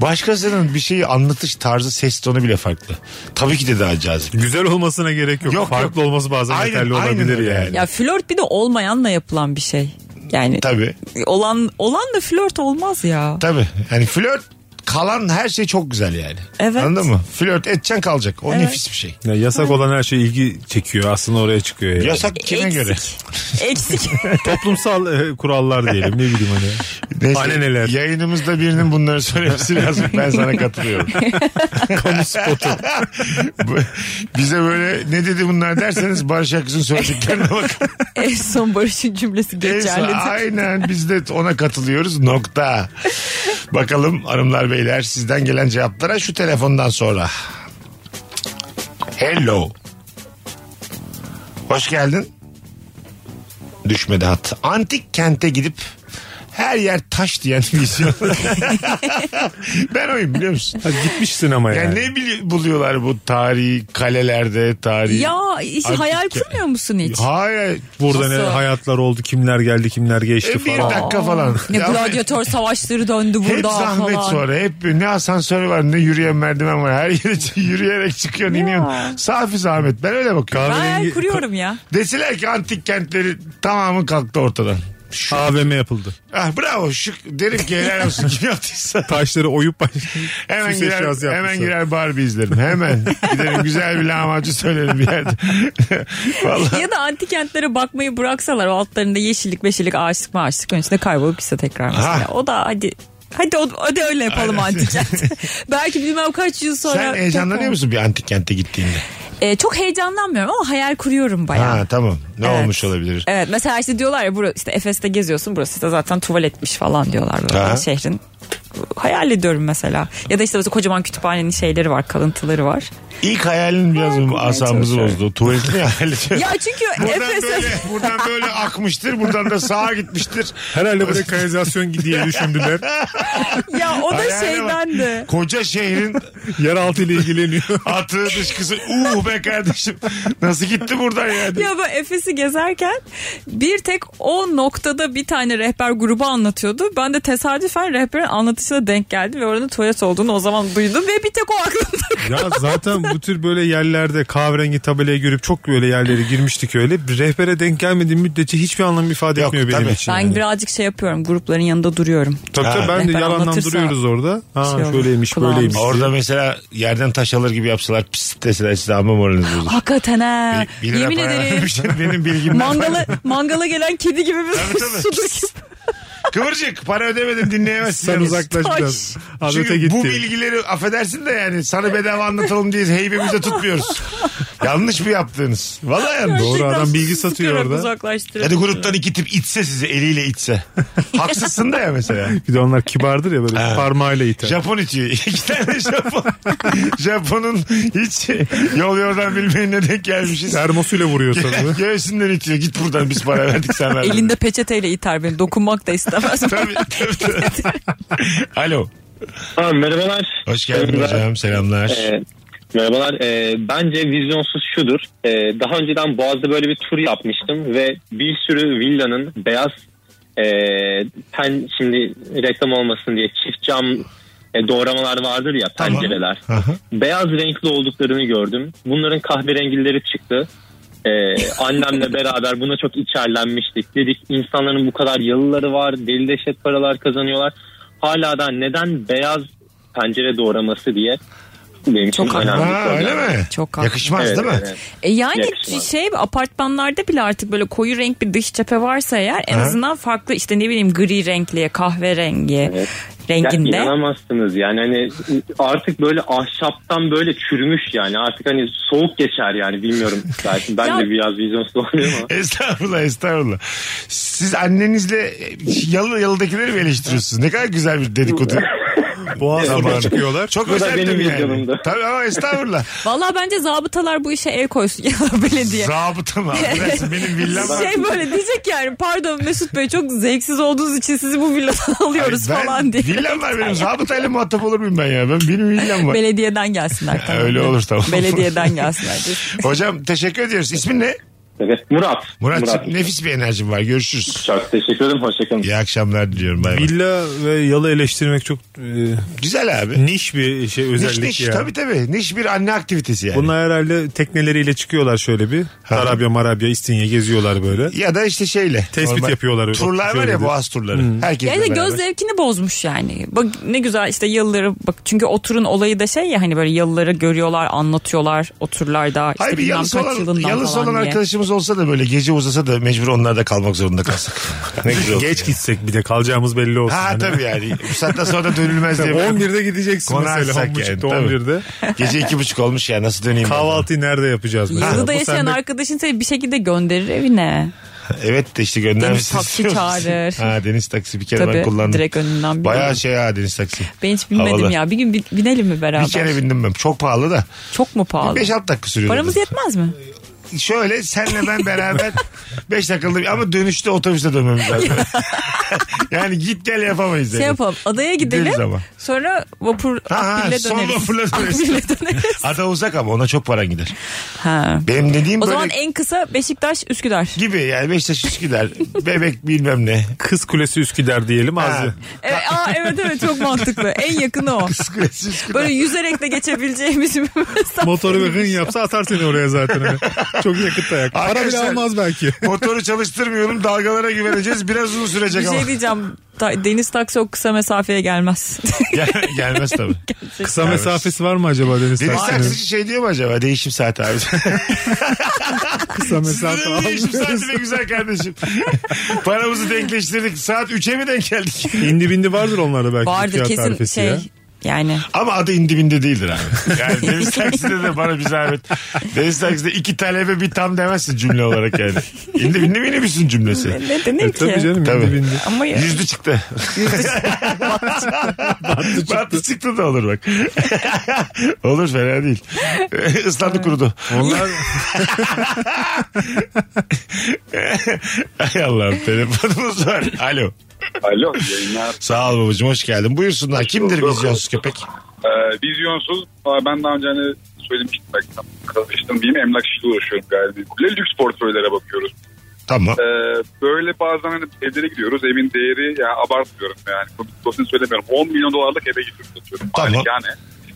[SPEAKER 1] Başkasının bir şeyi anlatış tarzı ses tonu bile farklı. Tabii ki de daha cazip.
[SPEAKER 3] Güzel olmasına gerek yok.
[SPEAKER 1] Yok,
[SPEAKER 3] Farklı
[SPEAKER 1] yok.
[SPEAKER 3] olması bazen
[SPEAKER 1] Aynen,
[SPEAKER 3] yeterli
[SPEAKER 1] aynen
[SPEAKER 3] olabilir
[SPEAKER 1] öyle.
[SPEAKER 3] yani.
[SPEAKER 2] Ya flört bir de olmayanla yapılan bir şey. Yani
[SPEAKER 1] Tabii.
[SPEAKER 2] olan olan da flört olmaz ya.
[SPEAKER 1] Tabii. Yani flört kalan her şey çok güzel yani.
[SPEAKER 2] Evet.
[SPEAKER 1] Anladın mı? Flört edeceksin kalacak. O nefis bir şey.
[SPEAKER 3] Ya yasak olan her şey ilgi çekiyor. Aslında oraya çıkıyor yani.
[SPEAKER 1] Yasak kime
[SPEAKER 2] E, Eksik.
[SPEAKER 1] göre?
[SPEAKER 2] Eksik.
[SPEAKER 3] Toplumsal e, kurallar diyelim ne bileyim hani.
[SPEAKER 1] Neyse,
[SPEAKER 3] Bana neler.
[SPEAKER 1] Yayınımızda birinin bunları söylemesi lazım. Ben sana katılıyorum.
[SPEAKER 3] Kamu spotu.
[SPEAKER 1] Bu- Bize böyle ne dedi bunlar derseniz Barış Akgüz'ün söylediklerine bakın.
[SPEAKER 2] en son Barış'ın cümlesi
[SPEAKER 1] Neyse,
[SPEAKER 2] geçerlidir.
[SPEAKER 1] aynen biz de ona katılıyoruz nokta. Bakalım hanımlar beyler sizden gelen cevaplara şu telefondan sonra. Hello. Hoş geldin. Düşmedi hat. Antik kente gidip her yer taş diyen vizyon. ben oyum biliyor musun?
[SPEAKER 3] Ha, gitmişsin ama
[SPEAKER 1] Yani,
[SPEAKER 3] yani.
[SPEAKER 1] ne bili- buluyorlar bu tarihi kalelerde tarihi.
[SPEAKER 2] Ya hiç
[SPEAKER 1] Artık-
[SPEAKER 2] hayal kurmuyor musun hiç?
[SPEAKER 1] Hayır.
[SPEAKER 3] Burada ne
[SPEAKER 2] Nasıl?
[SPEAKER 3] hayatlar oldu kimler geldi kimler geçti
[SPEAKER 1] E, bir
[SPEAKER 3] falan.
[SPEAKER 1] dakika falan.
[SPEAKER 2] Ne
[SPEAKER 1] Ya-
[SPEAKER 2] gladyatör savaşları döndü burada
[SPEAKER 1] Hep zahmet
[SPEAKER 2] falan.
[SPEAKER 1] sonra. Hep ne asansörü var ne yürüyen merdiven var. Her yere yürüyerek çıkıyorsun iniyorsun. Safi zahmet. Ben öyle bakıyorum.
[SPEAKER 2] Ben hayal
[SPEAKER 3] Kahverengi-
[SPEAKER 2] kuruyorum ya.
[SPEAKER 1] Deseler ki antik kentleri tamamı kalktı ortadan.
[SPEAKER 3] Ka- AVM yapıldı.
[SPEAKER 1] Ah bravo şık derim ki helal olsun kim yaptıysa.
[SPEAKER 3] Taşları oyup
[SPEAKER 1] Hemen
[SPEAKER 3] süs
[SPEAKER 1] girer,
[SPEAKER 3] eşyası yapmışlar.
[SPEAKER 1] hemen girer Barbie izlerim. Hemen giderim güzel bir lahmacun söylerim bir yerde. Vallahi.
[SPEAKER 2] Ya da antik kentlere bakmayı bıraksalar o altlarında yeşillik meşillik ağaçlık mağaçlık öncesinde kaybolup gitse tekrar mesela.
[SPEAKER 1] Ha.
[SPEAKER 2] O da hadi Hadi o, hadi öyle yapalım antik kent. Belki bilmem kaç yıl sonra.
[SPEAKER 1] Sen heyecanlanıyor musun bir antik kente gittiğinde?
[SPEAKER 2] Ee, çok heyecanlanmıyorum ama hayal kuruyorum bayağı.
[SPEAKER 1] Ha tamam. Ne
[SPEAKER 2] Evet.
[SPEAKER 1] olmuş olabilir?
[SPEAKER 2] Evet mesela işte diyorlar ya burası işte Efes'te geziyorsun burası da zaten tuvaletmiş falan diyorlar böyle
[SPEAKER 1] Aha.
[SPEAKER 2] şehrin. Hayal ediyorum mesela. Ya da işte mesela kocaman kütüphanenin şeyleri var, kalıntıları var.
[SPEAKER 1] İlk hayalin biraz
[SPEAKER 2] Hayal kurmaya
[SPEAKER 1] asabımızı
[SPEAKER 2] çalışıyorum.
[SPEAKER 1] bozdu. Tuvaletini hayal ediyorum.
[SPEAKER 2] Ya çünkü
[SPEAKER 1] Buradan
[SPEAKER 2] Efes'e
[SPEAKER 1] böyle, buradan böyle akmıştır. Buradan da sağa gitmiştir.
[SPEAKER 3] Herhalde buraya kanalizasyon diye düşündüler.
[SPEAKER 2] ya o da
[SPEAKER 1] Hayale bak.
[SPEAKER 2] şeyden şey de.
[SPEAKER 1] Koca şehrin
[SPEAKER 3] Yeraltı ile ilgileniyor.
[SPEAKER 1] atı dışkısı. Uh be kardeşim. Nasıl gitti buradan yani?
[SPEAKER 2] Ya ben Efes'i gezerken bir tek o noktada bir tane rehber grubu anlatıyordu. Ben de tesadüfen rehberin anlatışına denk geldim ve orada tuvalet olduğunu o zaman duydum ve bir tek o aklımda.
[SPEAKER 3] ya zaten bu tür böyle yerlerde kahverengi tabelaya görüp çok böyle yerlere girmiştik öyle. Rehbere denk gelmediğim müddetçe hiçbir anlam ifade
[SPEAKER 1] Yok,
[SPEAKER 3] etmiyor benim
[SPEAKER 1] tabii.
[SPEAKER 3] için.
[SPEAKER 2] Ben
[SPEAKER 3] yani.
[SPEAKER 2] birazcık şey yapıyorum grupların yanında duruyorum.
[SPEAKER 3] Tabii tabii ben de
[SPEAKER 2] Rehber
[SPEAKER 3] yalandan
[SPEAKER 2] anlatırsa-
[SPEAKER 3] duruyoruz orada. Ha
[SPEAKER 2] Şey olur,
[SPEAKER 3] şöyleymiş
[SPEAKER 2] kulağımız-
[SPEAKER 3] böyleymiş.
[SPEAKER 1] Orada mesela yerden taş alır gibi yapsalar pis deseler size ama moraliniz bozulur.
[SPEAKER 2] Hakikaten ha.
[SPEAKER 1] Bir- bir lira
[SPEAKER 2] Yemin
[SPEAKER 1] para
[SPEAKER 2] ederim.
[SPEAKER 1] vermişler, benim bilgimden.
[SPEAKER 2] mangala, mangala gelen kedi gibi bir
[SPEAKER 1] Tabii, tabii.
[SPEAKER 2] sudur gibi.
[SPEAKER 1] Kıvırcık para ödemedim dinleyemezsin.
[SPEAKER 3] Sen
[SPEAKER 1] yalnız.
[SPEAKER 3] uzaklaş
[SPEAKER 2] Taş.
[SPEAKER 3] biraz. Adete
[SPEAKER 1] Çünkü
[SPEAKER 3] gitti.
[SPEAKER 1] bu bilgileri affedersin de yani sana bedava anlatalım diye heybemizde tutmuyoruz. Yanlış mı yaptığınız? Vallahi yanlış.
[SPEAKER 3] Doğru
[SPEAKER 2] Gerçekten
[SPEAKER 3] adam bilgi
[SPEAKER 2] sıkarak
[SPEAKER 3] satıyor orada.
[SPEAKER 2] uzaklaştırıyor.
[SPEAKER 1] Hadi gruptan iki tip itse sizi eliyle itse. Haksızsın da ya mesela.
[SPEAKER 3] Bir de onlar kibardır ya böyle
[SPEAKER 1] Evet.
[SPEAKER 3] parmağıyla iter.
[SPEAKER 1] Japon itiyor. İki tane Japon. Japon'un hiç yol yordan bilmeyene denk gelmişiz.
[SPEAKER 3] Termosuyla vuruyor sana.
[SPEAKER 1] Göğsünden itiyor. Git buradan biz para verdik sen ver.
[SPEAKER 2] Elinde peçeteyle iter beni. Dokunmak da istemez.
[SPEAKER 1] Tabii, tabii, tabii. Alo.
[SPEAKER 8] Ha, merhabalar.
[SPEAKER 1] Hoş geldin
[SPEAKER 8] Merhabalar.
[SPEAKER 1] hocam. Selamlar.
[SPEAKER 8] Ee, merhabalar. Ee, bence vizyonsuz şudur. Ee, daha önceden Boğaz'da böyle bir tur yapmıştım ve bir sürü villanın beyaz e, pen şimdi reklam olmasın diye çift cam e, doğramalar vardır ya
[SPEAKER 1] Tamam.
[SPEAKER 8] pencereler.
[SPEAKER 1] Aha.
[SPEAKER 8] Beyaz renkli olduklarını gördüm. Bunların kahverengileri çıktı. Ee, annemle beraber buna çok içerlenmiştik. Dedik insanların bu kadar yalıları var, deli deşet paralar kazanıyorlar. Hala da neden beyaz pencere doğraması diye benim için
[SPEAKER 2] Çok
[SPEAKER 8] önemli. bir
[SPEAKER 1] Ha,
[SPEAKER 8] problem.
[SPEAKER 1] öyle mi?
[SPEAKER 2] Çok haklı.
[SPEAKER 1] Yakışmaz
[SPEAKER 8] Evet,
[SPEAKER 1] değil mi?
[SPEAKER 8] evet.
[SPEAKER 2] E yani
[SPEAKER 8] Yakışmaz.
[SPEAKER 2] şey apartmanlarda bile artık böyle koyu renk bir dış cephe varsa eğer en
[SPEAKER 1] Aha.
[SPEAKER 2] azından farklı işte ne bileyim gri renkliye kahverengi
[SPEAKER 8] Evet. Ya
[SPEAKER 2] renginde.
[SPEAKER 8] inanamazsınız yani hani artık böyle ahşaptan böyle çürümüş yani artık hani soğuk geçer yani bilmiyorum belki ben
[SPEAKER 2] Ya-
[SPEAKER 8] de biraz vizyonsuz oluyor ama.
[SPEAKER 1] Estağfurullah estağfurullah. Siz annenizle e, yalı yalıdakileri mi eleştiriyorsunuz? Ne kadar güzel bir dedikodu.
[SPEAKER 3] Boğaz
[SPEAKER 1] Zamanı.
[SPEAKER 3] sonra çıkıyorlar.
[SPEAKER 1] Çok
[SPEAKER 8] Bu da
[SPEAKER 1] özel
[SPEAKER 8] benim
[SPEAKER 1] tabii yani.
[SPEAKER 8] videomda.
[SPEAKER 1] Tabii ama estağfurullah.
[SPEAKER 2] Vallahi bence zabıtalar bu işe el koysun ya da belediye.
[SPEAKER 1] Zabıta mı? Affedersin, benim villam var.
[SPEAKER 2] Şey böyle diyecek yani pardon Mesut Bey çok zevksiz olduğunuz için sizi bu villadan
[SPEAKER 1] Ay,
[SPEAKER 2] alıyoruz
[SPEAKER 1] ben-
[SPEAKER 2] falan diye.
[SPEAKER 1] Villam var benim. Zabıtayla muhatap olur muyum ben ya? Ben benim villam var.
[SPEAKER 2] Belediyeden gelsinler. tamam.
[SPEAKER 1] Öyle olur tamam.
[SPEAKER 2] Belediyeden gelsinler.
[SPEAKER 1] Hocam teşekkür ediyoruz. İsmin ne?
[SPEAKER 8] Evet Murat.
[SPEAKER 1] Murat'cığım nefis bir enerjim var. Görüşürüz.
[SPEAKER 8] Çok teşekkür ederim. Hoşçakalın.
[SPEAKER 1] İyi akşamlar diliyorum. Bay bay.
[SPEAKER 3] Villa ve yalı eleştirmek çok e,
[SPEAKER 1] Güzel abi.
[SPEAKER 3] niş bir şey
[SPEAKER 1] Niş
[SPEAKER 3] özellik
[SPEAKER 1] niş
[SPEAKER 3] ya.
[SPEAKER 1] tabii tabii. Niş bir anne aktivitesi yani.
[SPEAKER 3] Bunlar herhalde tekneleriyle çıkıyorlar şöyle bir. Tarabya marabya İstinye geziyorlar böyle.
[SPEAKER 1] Ya da işte şeyle.
[SPEAKER 3] Tespit yapıyorlar.
[SPEAKER 1] Turlar var ya
[SPEAKER 3] Şöyle
[SPEAKER 1] boğaz turları. Herkes
[SPEAKER 2] Yani de göz zevkini bozmuş yani. Bak ne güzel işte yılları bak çünkü oturun olayı da şey ya hani böyle yılları görüyorlar, anlatıyorlar oturlarda işte
[SPEAKER 1] Hayır bir
[SPEAKER 2] bilmem
[SPEAKER 1] yalısı
[SPEAKER 2] kaç
[SPEAKER 1] olan,
[SPEAKER 2] yılından
[SPEAKER 1] yalısı
[SPEAKER 2] falan
[SPEAKER 1] olan
[SPEAKER 2] diye.
[SPEAKER 1] arkadaşımız olsa da böyle gece uzasa da mecbur onlarda kalmak zorunda kalsak. ne güzel olur.
[SPEAKER 3] Geç gitsek bir de kalacağımız belli olsun.
[SPEAKER 1] Ha
[SPEAKER 3] Hani.
[SPEAKER 1] tabii yani. Bu saatten sonra da dönülmez diye.
[SPEAKER 3] 11'de gideceksin mesela.
[SPEAKER 1] Konarsak
[SPEAKER 3] 10.30'da,
[SPEAKER 1] yani, tabii.
[SPEAKER 3] 11'de.
[SPEAKER 1] Gece iki buçuk olmuş ya nasıl döneyim? ben?
[SPEAKER 3] Kahvaltıyı nerede yapacağız mesela?
[SPEAKER 2] Yalıda
[SPEAKER 3] Bu
[SPEAKER 2] yaşayan
[SPEAKER 3] sende-
[SPEAKER 2] arkadaşın seni bir şekilde gönderir evine.
[SPEAKER 1] Evet de işte göndermişsiniz.
[SPEAKER 2] Deniz taksi çağırır.
[SPEAKER 1] Ha deniz taksi bir kere ben
[SPEAKER 2] Tabii,
[SPEAKER 1] kullandım.
[SPEAKER 2] direkt önünden bir
[SPEAKER 1] Bayağı
[SPEAKER 2] yol.
[SPEAKER 1] şey ha deniz taksi.
[SPEAKER 2] Ben hiç bilmedim
[SPEAKER 1] Havalı.
[SPEAKER 2] ya. Bir gün bin- binelim mi beraber?
[SPEAKER 1] Bir kere bindim ben. Çok pahalı da.
[SPEAKER 2] Çok mu pahalı?
[SPEAKER 1] 5-6 dakika sürüyor.
[SPEAKER 2] Paramız yetmez mi? Şey
[SPEAKER 1] Şöyle senle ben beraber 5 dakikalık ama dönüşte otobüste dönmemiz lazım. yani git gel yapamayız.
[SPEAKER 2] Şey
[SPEAKER 1] yani.
[SPEAKER 2] yapalım adaya
[SPEAKER 1] Gideriz
[SPEAKER 2] gidelim
[SPEAKER 1] ama.
[SPEAKER 2] sonra vapur
[SPEAKER 1] Ha, ha,
[SPEAKER 2] akbille
[SPEAKER 1] sonra
[SPEAKER 2] döneriz.
[SPEAKER 1] vapurla döneriz.
[SPEAKER 2] Akbille döneriz.
[SPEAKER 1] Ada uzak ama ona çok paran gider.
[SPEAKER 2] Ha.
[SPEAKER 1] Benim dediğim
[SPEAKER 2] O
[SPEAKER 1] böyle
[SPEAKER 2] zaman en kısa Beşiktaş Üsküdar.
[SPEAKER 1] gibi yani Beşiktaş Üsküdar, Bebek bilmem ne.
[SPEAKER 3] Kız Kulesi Üsküdar diyelim
[SPEAKER 1] Ha,
[SPEAKER 3] azı.
[SPEAKER 2] Evet, E, aa, evet evet çok mantıklı. En yakını o.
[SPEAKER 1] Kız Üsküdar.
[SPEAKER 2] Böyle yüzerek de geçebileceğimiz bir mesafe.
[SPEAKER 3] Motoru bir hın yapsa atar seni oraya zaten. hani. Çok yakıt dayak. Para bile
[SPEAKER 1] Arkadaşlar-
[SPEAKER 3] almaz belki.
[SPEAKER 1] Motoru çalıştırmıyorum dalgalara güveneceğiz biraz uzun
[SPEAKER 2] Bir
[SPEAKER 1] sürecek ama.
[SPEAKER 2] şey diyeceğim. Ta- deniz taksi o kısa mesafeye gelmez.
[SPEAKER 1] Gel- gelmez tabii.
[SPEAKER 3] Kısa mesafesi var mı acaba Deniz
[SPEAKER 1] Deniz
[SPEAKER 3] Taksi'nin?
[SPEAKER 1] taksici şey diyor mu acaba değişim saati abi?
[SPEAKER 3] Kısa mesafe
[SPEAKER 1] Sizin değişim saati
[SPEAKER 3] almıyoruz.
[SPEAKER 1] ne güzel kardeşim. Paramızı denkleştirdik saat 3'e mi denk geldik?
[SPEAKER 3] İndi bindi vardır onlarda belki.
[SPEAKER 2] Vardır
[SPEAKER 3] fiyat
[SPEAKER 2] kesin
[SPEAKER 3] tarifesi
[SPEAKER 2] şey.
[SPEAKER 3] ya.
[SPEAKER 2] Yani
[SPEAKER 1] Ama adı indibinde değildir abi. Yani Deniz Taksi'de de bana bir zahmet. Deniz Taksi'de iki talebe bir tam demezsin cümle olarak yani. İndibinde mi minibüsün cümlesi?
[SPEAKER 2] ne denir
[SPEAKER 3] E,
[SPEAKER 2] ki?
[SPEAKER 3] tabii canım
[SPEAKER 1] Tabii.
[SPEAKER 3] indi bindi.
[SPEAKER 2] Ama ya-
[SPEAKER 1] Yüzlü çıktı. Battı çıktı da olur bak. olur fena değil. Islandı kurudu.
[SPEAKER 3] Onlar
[SPEAKER 1] Ay Allah'ım telefonumuz var. Alo.
[SPEAKER 9] Alo yayınlar.
[SPEAKER 1] Sağ ol babacığım hoş geldin. Buyursunlar. Kimdir
[SPEAKER 9] bulduk.
[SPEAKER 1] vizyonsuz köpek?
[SPEAKER 9] Ee, vizyonsuz Aa, ben daha önce hani söylemiştim belki tam karıştım diyeyim emlak işiyle uğraşıyorum galiba. Kule lüks portföylere bakıyoruz.
[SPEAKER 1] Tamam.
[SPEAKER 9] Ee, böyle bazen hani evlere gidiyoruz evin değeri yani abartmıyorum yani komik bir dosyasını söylemiyorum 10 milyon dolarlık eve gidiyoruz atıyorum.
[SPEAKER 1] Tamam.
[SPEAKER 9] Yani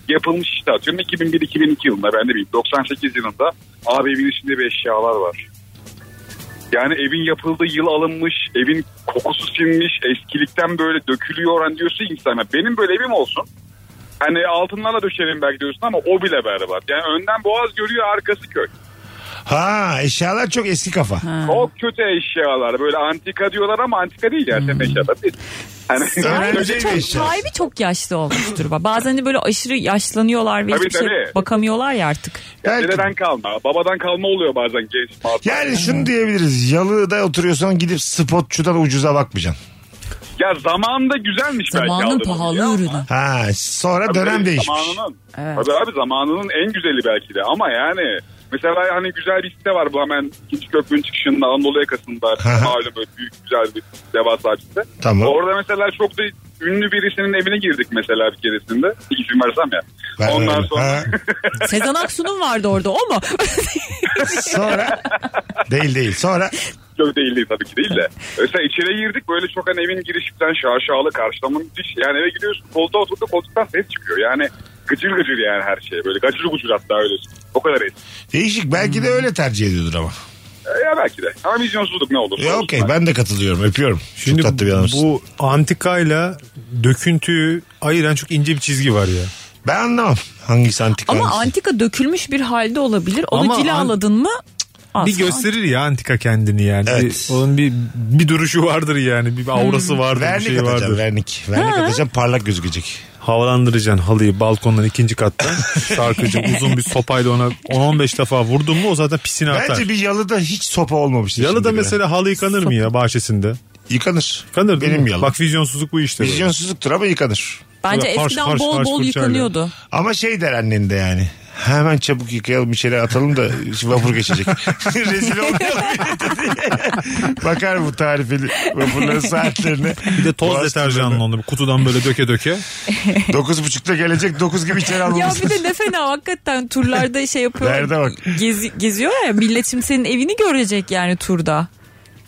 [SPEAKER 9] yapılmış işte atıyorum 2001-2002 yılında ben de bileyim 98 yılında abi evin içinde bir eşyalar var. Yani evin yapıldığı yıl alınmış, evin kokusu sinmiş, eskilikten böyle dökülüyor hani diyorsun insana benim böyle evim olsun. Hani altınlarla döşerim belki diyorsun ama o bile berbat. Yani önden boğaz görüyor arkası köy.
[SPEAKER 1] Ha eşyalar çok eski kafa.
[SPEAKER 9] Çok kötü eşyalar böyle antika diyorlar ama antika değil
[SPEAKER 3] Hmm.
[SPEAKER 9] gerçekten eşyalar değil. Hani
[SPEAKER 2] Sahibi çok, sahibi çok yaşlı olmuştur. Bazen de böyle aşırı yaşlanıyorlar ve
[SPEAKER 9] Tabii,
[SPEAKER 2] hiçbir şey
[SPEAKER 9] tabii.
[SPEAKER 2] bakamıyorlar ya artık.
[SPEAKER 9] Dededen kalma, babadan kalma oluyor bazen genç. mağdur.
[SPEAKER 1] Yani şunu diyebiliriz. Yalıda oturuyorsan gidip spotçudan ucuza bakmayacaksın.
[SPEAKER 9] Ya zamanında güzelmiş belki
[SPEAKER 2] Zamanın
[SPEAKER 9] aldığımız ya.
[SPEAKER 2] pahalı ürünü.
[SPEAKER 1] Ha sonra
[SPEAKER 9] Tabii
[SPEAKER 1] dönem
[SPEAKER 9] tabii,
[SPEAKER 1] değişmiş.
[SPEAKER 9] Zamanının,
[SPEAKER 2] Evet.
[SPEAKER 9] Tabii abi zamanının en güzeli belki de ama yani mesela hani güzel bir site var bu hemen ikinci köprünün çıkışında Anadolu yakasında
[SPEAKER 1] Aha.
[SPEAKER 9] malum böyle büyük güzel bir devasa bir site.
[SPEAKER 1] Tamam.
[SPEAKER 9] Orada mesela çok da ünlü birisinin evine girdik mesela bir keresinde. İki film arasam ya.
[SPEAKER 1] Ben
[SPEAKER 9] Ondan
[SPEAKER 1] öyle.
[SPEAKER 9] sonra
[SPEAKER 1] Ha,
[SPEAKER 2] Sezen Aksu'nun vardı orada o mu?
[SPEAKER 1] sonra değil değil. Sonra
[SPEAKER 9] Yok değil değil tabii ki değil de. Mesela içeri girdik böyle çok hani evin girişinden şaşalı karşılama müthiş. Yani eve giriyorsun koltuğa oturdun koltuktan ses çıkıyor. Yani gıcır gıcır yani her şey böyle gıcır gıcır hatta öyle. O kadar eski.
[SPEAKER 1] değişik. Belki de öyle tercih ediyordur ama.
[SPEAKER 9] E, ya belki de. Ama vizyonsuzluk ne olur.
[SPEAKER 1] Ya okey ben de katılıyorum. Öpüyorum.
[SPEAKER 3] Şimdi
[SPEAKER 1] çok tatlı bir adamsın.
[SPEAKER 3] bu antikayla döküntüyü ayıran çok ince bir çizgi var ya.
[SPEAKER 1] Ben anlamam. Hangisi antik
[SPEAKER 2] Ama
[SPEAKER 1] hangisi.
[SPEAKER 2] antika dökülmüş bir halde olabilir. Onu
[SPEAKER 3] Ama an-
[SPEAKER 2] cilaladın mı? cık,
[SPEAKER 3] Bir
[SPEAKER 2] asla.
[SPEAKER 3] gösterir ya antika kendini yani. Bir-
[SPEAKER 1] Evet.
[SPEAKER 3] onun bir bir duruşu vardır yani. Bir aurası vardır, bir
[SPEAKER 1] Vernik
[SPEAKER 3] şey
[SPEAKER 1] atacağım
[SPEAKER 3] vardır.
[SPEAKER 1] vernik. Vernik atacağım parlak gözükecek.
[SPEAKER 3] Havalandıracaksın halıyı balkondan ikinci kattan. Şarkıcı uzun bir sopayla ona 10-15 defa vurdun mu o zaten pisini atar.
[SPEAKER 1] Bence bir yalıda hiç sopa olmamıştı.
[SPEAKER 3] Yalıda
[SPEAKER 1] şimdiye kadar.
[SPEAKER 3] mesela halı yıkanır mı ya bahçesinde?
[SPEAKER 1] Yıkanır.
[SPEAKER 3] Yıkanır değil
[SPEAKER 1] Benim
[SPEAKER 3] mi?
[SPEAKER 1] yalı.
[SPEAKER 3] Bak vizyonsuzluk bu işte. böyle.
[SPEAKER 1] Vizyonsuzluktur ama yıkanır.
[SPEAKER 2] Bence
[SPEAKER 3] Böyle harç,
[SPEAKER 2] eskiden
[SPEAKER 3] harç,
[SPEAKER 2] bol
[SPEAKER 3] harç
[SPEAKER 2] bol
[SPEAKER 3] fırçayla.
[SPEAKER 2] yıkanıyordu.
[SPEAKER 1] Ama şey der annen de yani. Hemen çabuk yıkayalım içeri atalım da vapur geçecek. Rezil olmayalım millete diye. Bakar bu tarifeli vapurların saatlerine.
[SPEAKER 3] Bir de toz deterjanla onu kutudan böyle döke döke.
[SPEAKER 1] Dokuz buçukta gelecek dokuz gibi içeri
[SPEAKER 2] Ya
[SPEAKER 1] almamız
[SPEAKER 2] bir de ne fena hakikaten turlarda şey yapıyor.
[SPEAKER 1] Nerede bak.
[SPEAKER 2] Gezi- geziyor ya millet şimdi senin evini görecek yani turda.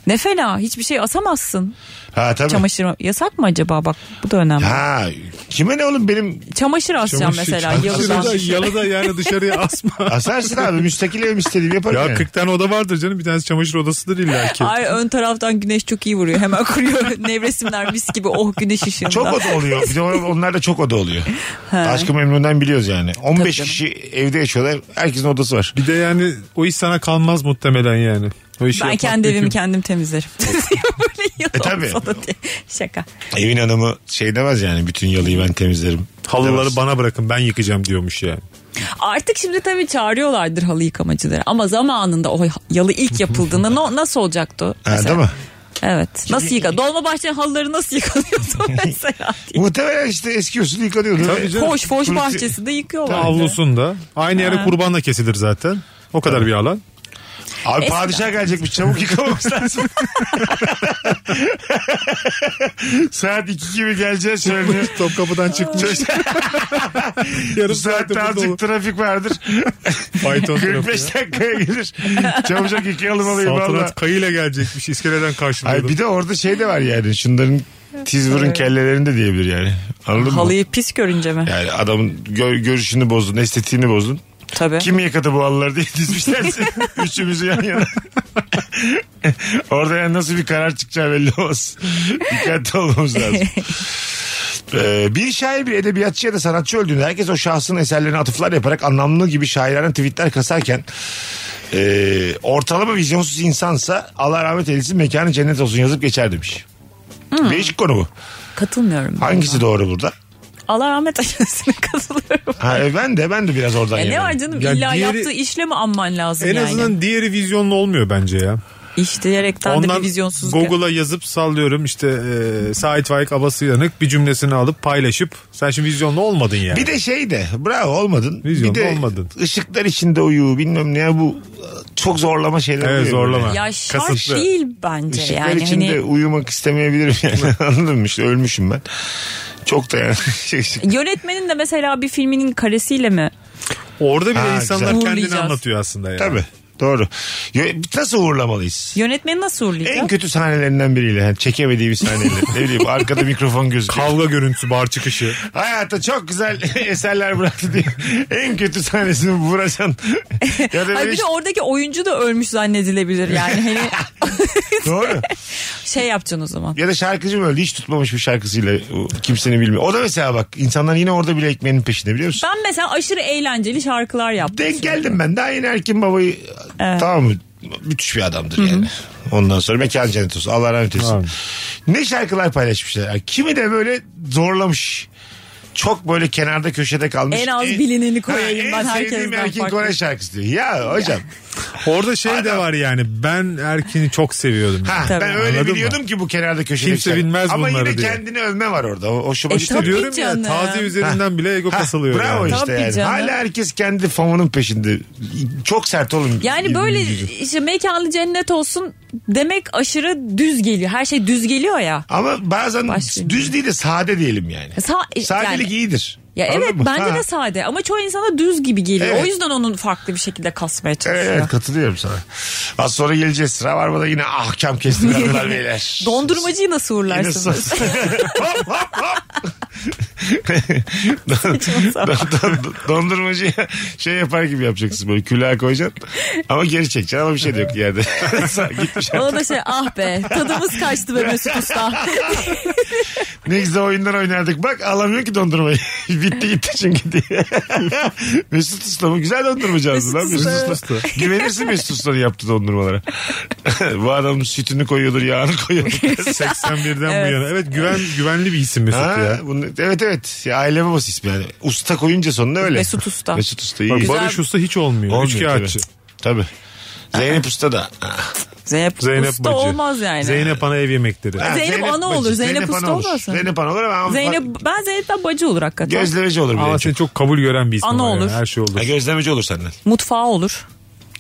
[SPEAKER 2] Ne fena hiçbir şey asamazsın.
[SPEAKER 1] Ha tabii.
[SPEAKER 2] Çamaşır yasak mı acaba bak bu da önemli.
[SPEAKER 1] Ha kime ne oğlum benim
[SPEAKER 2] Çamaşır asacağım mesela
[SPEAKER 3] Yalıda,
[SPEAKER 2] yalıdan.
[SPEAKER 3] yalıda yani dışarıya asma.
[SPEAKER 1] asarsın abi müstakil evim istediğimi yaparım
[SPEAKER 3] ya
[SPEAKER 1] yani.
[SPEAKER 3] 40 tane oda vardır canım. Bir tanesi çamaşır odasıdır illa ki.
[SPEAKER 2] Ay ön taraftan güneş çok iyi vuruyor. Hemen kuruyor. Nevresimler mis gibi oh güneş ışığında.
[SPEAKER 1] Çok şey oda oluyor. Bir de on- onlar da çok oda oluyor. Aşkı memnundan biliyoruz yani. 15
[SPEAKER 2] Tabii
[SPEAKER 1] kişi evde yaşıyorlar. Herkesin odası var.
[SPEAKER 3] Bir de yani o iş sana kalmaz muhtemelen yani. O işi
[SPEAKER 2] ben
[SPEAKER 3] yapmak
[SPEAKER 2] kendi evimi
[SPEAKER 3] mümkün.
[SPEAKER 2] kendim temizlerim. Böyle yalan
[SPEAKER 1] E, tabii.
[SPEAKER 2] sana diye. Şaka.
[SPEAKER 1] Evin hanımı şey demez yani bütün yalıyı ben temizlerim.
[SPEAKER 3] Halıları
[SPEAKER 1] Demez.
[SPEAKER 3] bana bırakın ben yıkacağım diyormuş yani.
[SPEAKER 2] Artık şimdi tabii çağırıyorlardır halı yıkamacıları. Ama zamanında o yalı ilk yapıldığında no- nasıl olacaktı? o
[SPEAKER 1] Ha,
[SPEAKER 2] mesela?
[SPEAKER 1] değil mi?
[SPEAKER 2] Evet. Nasıl yıka? Dolmabahçe'nin halıları nasıl yıkanıyordu mesela? diye.
[SPEAKER 1] Muhtemelen işte eski usul yıkanıyordu.
[SPEAKER 3] Tabii canım.
[SPEAKER 2] Foş foş
[SPEAKER 1] Kulüpte-
[SPEAKER 2] bahçesinde yıkıyorlar.
[SPEAKER 3] Avlusunda. Aynı yere kurbanla kesilir zaten. O kadar bir alan.
[SPEAKER 1] Abi
[SPEAKER 2] Eskiden.
[SPEAKER 1] padişah gelecekmiş çabuk yıkamamız lazım. Saat 2 gibi geleceği söyleniyor.
[SPEAKER 3] Topkapı'dan çıkmış.
[SPEAKER 1] Bu
[SPEAKER 3] Yarım
[SPEAKER 1] saatte azıcık trafik vardır.
[SPEAKER 3] Python
[SPEAKER 1] 45 dakikaya gelir. Çabucak yıkayalım alayım valla.
[SPEAKER 3] Saltanat kayıyla gelecekmiş. İskeleden
[SPEAKER 1] Ay
[SPEAKER 3] karşılıyordu.
[SPEAKER 1] bir de orada şey de var yani şunların tiz vurun kellelerinde diyebilir yani. Anladın mı?
[SPEAKER 2] Halıyı pis görünce mi?
[SPEAKER 1] Yani adamın gö- görüşünü bozdun, estetiğini bozdun.
[SPEAKER 2] Tabii.
[SPEAKER 1] Kim yıkadı bu halıları diye dizmişler seni. Üçümüzü yan yana. Orada yani nasıl bir karar çıkacağı belli olmaz. Dikkatli olmamız lazım. Ee, bir şair bir edebiyatçı ya da sanatçı öldüğünde herkes o şahsın eserlerine atıflar yaparak anlamlı gibi şairane tweetler kasarken ee, ortalama vizyonsuz insansa Allah rahmet eylesin mekanı cennet olsun yazıp geçer demiş.
[SPEAKER 2] Hmm.
[SPEAKER 1] Değişik konu bu.
[SPEAKER 2] Katılmıyorum. ben
[SPEAKER 1] Hangisi
[SPEAKER 2] buna.
[SPEAKER 1] doğru burada?
[SPEAKER 2] Allah rahmet eylesin katılıyorum.
[SPEAKER 1] Ha, e, ben de ben de biraz oradan
[SPEAKER 2] Ya E, ne
[SPEAKER 1] yanayım.
[SPEAKER 2] var canım
[SPEAKER 3] Ya
[SPEAKER 2] illa
[SPEAKER 3] diğeri-
[SPEAKER 2] yaptığı işle mi anman lazım
[SPEAKER 3] En
[SPEAKER 2] yani?
[SPEAKER 3] azından diğeri vizyonlu olmuyor bence ya.
[SPEAKER 2] İş diyerekten de
[SPEAKER 3] Ondan
[SPEAKER 2] bir vizyonsuzluk.
[SPEAKER 3] Google'a yazıp sallıyorum işte e, Sait Faik Abası Yanık bir cümlesini alıp paylaşıp sen şimdi vizyonlu olmadın yani.
[SPEAKER 1] Bir de şey de bravo olmadın.
[SPEAKER 3] Vizyonda
[SPEAKER 1] bir de
[SPEAKER 3] olmadın.
[SPEAKER 1] ışıklar içinde uyu bilmem ne bu e, çok zorlama şeyler.
[SPEAKER 3] Evet,
[SPEAKER 1] oluyor
[SPEAKER 3] zorlama.
[SPEAKER 1] böyle.
[SPEAKER 2] Ya şart
[SPEAKER 3] Kasıtlı.
[SPEAKER 2] değil bence
[SPEAKER 1] Işıklar
[SPEAKER 2] yani.
[SPEAKER 1] içinde
[SPEAKER 2] Hani
[SPEAKER 1] uyumak istemeyebilirim yani anladın mı işte ölmüşüm ben. Çok da yani. şey, şey-
[SPEAKER 2] yönetmenin de mesela bir filminin karesiyle mi?
[SPEAKER 3] Orada bile
[SPEAKER 1] Ha,
[SPEAKER 3] insanlar
[SPEAKER 1] güzel.
[SPEAKER 3] kendini
[SPEAKER 2] Uğurlayacağız.
[SPEAKER 3] anlatıyor aslında yani.
[SPEAKER 1] Tabii. Doğru. Yo- Nasıl uğurlamalıyız?
[SPEAKER 2] Yönetmeni nasıl uğurlayacak?
[SPEAKER 1] En kötü sahnelerinden biriyle. Yani çekemediği bir sahneyle. ne bileyim arkada mikrofon gözüküyor.
[SPEAKER 3] Kavga görüntüsü bar çıkışı.
[SPEAKER 1] Hayata çok güzel eserler bıraktı diye. En kötü sahnesini vuracaksın. ya da
[SPEAKER 2] Hayır,
[SPEAKER 1] böyle
[SPEAKER 2] bir de
[SPEAKER 1] işte-
[SPEAKER 2] oradaki oyuncu da ölmüş zannedilebilir yani. Hani
[SPEAKER 1] Doğru.
[SPEAKER 2] şey yapacaksın o zaman.
[SPEAKER 1] Ya da şarkıcı mı öldü hiç tutmamış bir şarkısıyla o- kimsenin bilmiyor. O da mesela bak insanlar yine orada bile ekmeğinin peşinde biliyor musun?
[SPEAKER 2] Ben mesela aşırı eğlenceli şarkılar yaptım.
[SPEAKER 1] Denk geldim ben. Daha yeni Erkin Baba'yı tamam mı? Müthiş bir adamdır yani. Ondan sonra mekan cennet olsun. Allah rahmet eylesin. Ne şarkılar paylaşmışlar. Yani kimi de böyle zorlamış. Çok böyle kenarda köşede kalmış.
[SPEAKER 2] En az bilineni koyayım
[SPEAKER 1] en
[SPEAKER 2] ben
[SPEAKER 1] sevdiğim
[SPEAKER 2] herkesten
[SPEAKER 1] Erkin
[SPEAKER 2] farklı.
[SPEAKER 1] Koray şarkısı diyor. Ya hocam.
[SPEAKER 3] Orada şey de var yani ben Erkin'i çok seviyordum.
[SPEAKER 1] Ha,
[SPEAKER 2] Tabii.
[SPEAKER 1] ben öyle
[SPEAKER 3] Anladın mı?
[SPEAKER 1] biliyordum ki bu kenarda köşede.
[SPEAKER 3] Kimse
[SPEAKER 1] şarkı.
[SPEAKER 3] bilmez
[SPEAKER 1] Ama
[SPEAKER 3] bunları
[SPEAKER 1] yine
[SPEAKER 3] diye.
[SPEAKER 1] kendini övme var orada. O, hoşuma
[SPEAKER 2] E,
[SPEAKER 1] gitti.
[SPEAKER 2] tabii.
[SPEAKER 3] Diyorum ya
[SPEAKER 2] canım.
[SPEAKER 3] taze üzerinden bile ego
[SPEAKER 1] Ha,
[SPEAKER 3] kasılıyor.
[SPEAKER 1] Bravo
[SPEAKER 3] yani.
[SPEAKER 1] işte
[SPEAKER 2] Tabii
[SPEAKER 1] yani.
[SPEAKER 2] canım.
[SPEAKER 1] Hala herkes kendi famunun peşinde. Çok sert olun.
[SPEAKER 2] Yani böyle
[SPEAKER 1] Yüzücü.
[SPEAKER 2] işte mekanlı cennet olsun demek aşırı düz geliyor. Her şey düz geliyor ya.
[SPEAKER 1] Ama bazen
[SPEAKER 2] Başlayayım.
[SPEAKER 1] düz değil de sade diyelim yani.
[SPEAKER 2] Sa-
[SPEAKER 1] Sadelik
[SPEAKER 2] yani-
[SPEAKER 1] iyidir.
[SPEAKER 2] Ya
[SPEAKER 1] Anladın
[SPEAKER 2] evet
[SPEAKER 1] mı?
[SPEAKER 2] bence
[SPEAKER 1] Ha.
[SPEAKER 2] de sade ama çoğu insana düz gibi geliyor.
[SPEAKER 1] Evet.
[SPEAKER 2] O yüzden onun farklı bir şekilde kasmaya
[SPEAKER 1] Evet,
[SPEAKER 2] çalışıyor.
[SPEAKER 1] evet, katılıyorum sana. Az sonra geleceğiz. Sıra var da yine ahkam kesti kadınlar beyler.
[SPEAKER 2] Dondurmacıyı nasıl
[SPEAKER 1] Yine son-
[SPEAKER 2] uğurlarsınız?
[SPEAKER 1] hop hop hop. Don- don- don- Dondurmacıya şey yapar gibi yapacaksın böyle külah koyacaksın ama geri çekeceksin ama bir şey de yok yerde. Gitmiş
[SPEAKER 2] Ona da şey ah be tadımız kaçtı be Mesut Usta.
[SPEAKER 1] Ne güzel oyunlar oynardık. Bak alamıyor ki dondurmayı. Bitti gitti çünkü diye. Mesut Usta mı? Güzel dondurmacı aldı lan
[SPEAKER 2] Mesut
[SPEAKER 1] Mesut Usta. Güvenirsin Mesut Usta'nın yaptığı dondurmalara. Bu adam sütünü koyuyordur, yağını koyuyordur.
[SPEAKER 3] 81'den bu yana. Evet güven güvenli bir isim Mesut
[SPEAKER 1] Ha,
[SPEAKER 3] ya.
[SPEAKER 1] bunu- evet evet. Ya, aile babası ismi yani. Usta koyunca sonuna öyle.
[SPEAKER 2] Mesut Usta.
[SPEAKER 1] Mesut Usta
[SPEAKER 3] Bak,
[SPEAKER 1] iyi.
[SPEAKER 3] Barış Usta hiç olmuyor.
[SPEAKER 1] Olmuyor
[SPEAKER 3] Üç kağıtçı.
[SPEAKER 1] tabii. Tabii. Zeynep Usta da.
[SPEAKER 2] Zeynep,
[SPEAKER 3] Zeynep
[SPEAKER 2] Usta
[SPEAKER 3] Bacı.
[SPEAKER 2] olmaz yani.
[SPEAKER 3] Zeynep Ana ev yemekleri.
[SPEAKER 1] Ha,
[SPEAKER 2] Zeynep ana
[SPEAKER 1] Bacı.
[SPEAKER 2] olur, Zeynep Usta
[SPEAKER 1] ana olur.
[SPEAKER 2] olmaz mı?
[SPEAKER 1] Zeynep ana olur ama
[SPEAKER 2] Zeynep ben Zeynep'ten bacı olur hakikaten.
[SPEAKER 1] gözlemeci olur bir de.
[SPEAKER 3] Ama seni çok kabul gören bir isim.
[SPEAKER 2] Ana
[SPEAKER 3] var yani,
[SPEAKER 2] olur.
[SPEAKER 3] Her şey olur.
[SPEAKER 1] Ha, gözlemeci olur senden.
[SPEAKER 2] Mutfağı olur.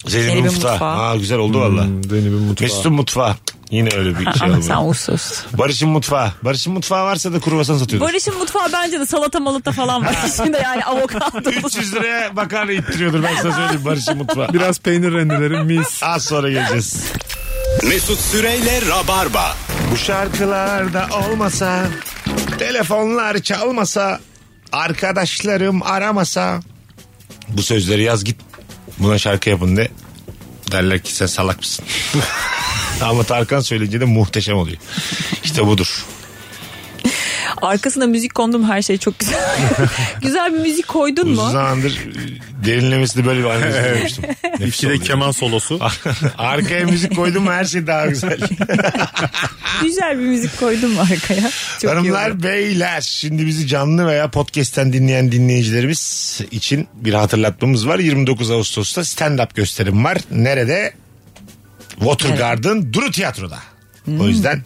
[SPEAKER 1] Zeynep'in
[SPEAKER 2] Zeynep'in
[SPEAKER 1] mutfağı.
[SPEAKER 2] mutfağı.
[SPEAKER 1] Ha, güzel oldu valla.
[SPEAKER 3] Hmm, Zeynep'in mutfağı.
[SPEAKER 1] Mesut'un mutfağı. Yine öyle bir şey
[SPEAKER 2] Ama
[SPEAKER 1] oldu.
[SPEAKER 2] sen uysuz.
[SPEAKER 1] Barış'ın mutfağı. Barış'ın mutfağı varsa da kruvasan satıyordur.
[SPEAKER 2] Barış'ın mutfağı bence de salata malata falan var içinde yani avokado.
[SPEAKER 1] 300 liraya makarna ittiriyordur ben sana söyleyeyim Barış'ın mutfağı.
[SPEAKER 3] Biraz peynir rendeleri mis.
[SPEAKER 1] Az sonra geleceğiz.
[SPEAKER 5] Mesut Süreyle Rabarba.
[SPEAKER 1] Bu şarkılar da olmasa, telefonlar çalmasa, arkadaşlarım aramasa. Bu sözleri yaz git buna şarkı yapın de. Derler ki sen salak mısın? Ama Tarkan söyleyince de muhteşem oluyor. İşte budur.
[SPEAKER 2] Arkasına müzik kondum her şey çok güzel. güzel bir müzik koydun
[SPEAKER 1] Uzun
[SPEAKER 2] mu?
[SPEAKER 1] zamandır e, derinlemesini böyle bir analiz görmüştüm. Nefis
[SPEAKER 3] İkide
[SPEAKER 1] oluyor.
[SPEAKER 3] keman solosu.
[SPEAKER 1] Arkaya müzik koydum mu her şey daha güzel.
[SPEAKER 2] Güzel bir müzik koydun mu arkaya? Çok iyi oldu.
[SPEAKER 1] Hanımlar beyler şimdi bizi canlı veya podcast'ten dinleyen dinleyicilerimiz için bir hatırlatmamız var. 29 Ağustos'ta stand-up gösterim var. Nerede? Watergarden Duru Tiyatro'da.
[SPEAKER 2] Hmm.
[SPEAKER 1] O yüzden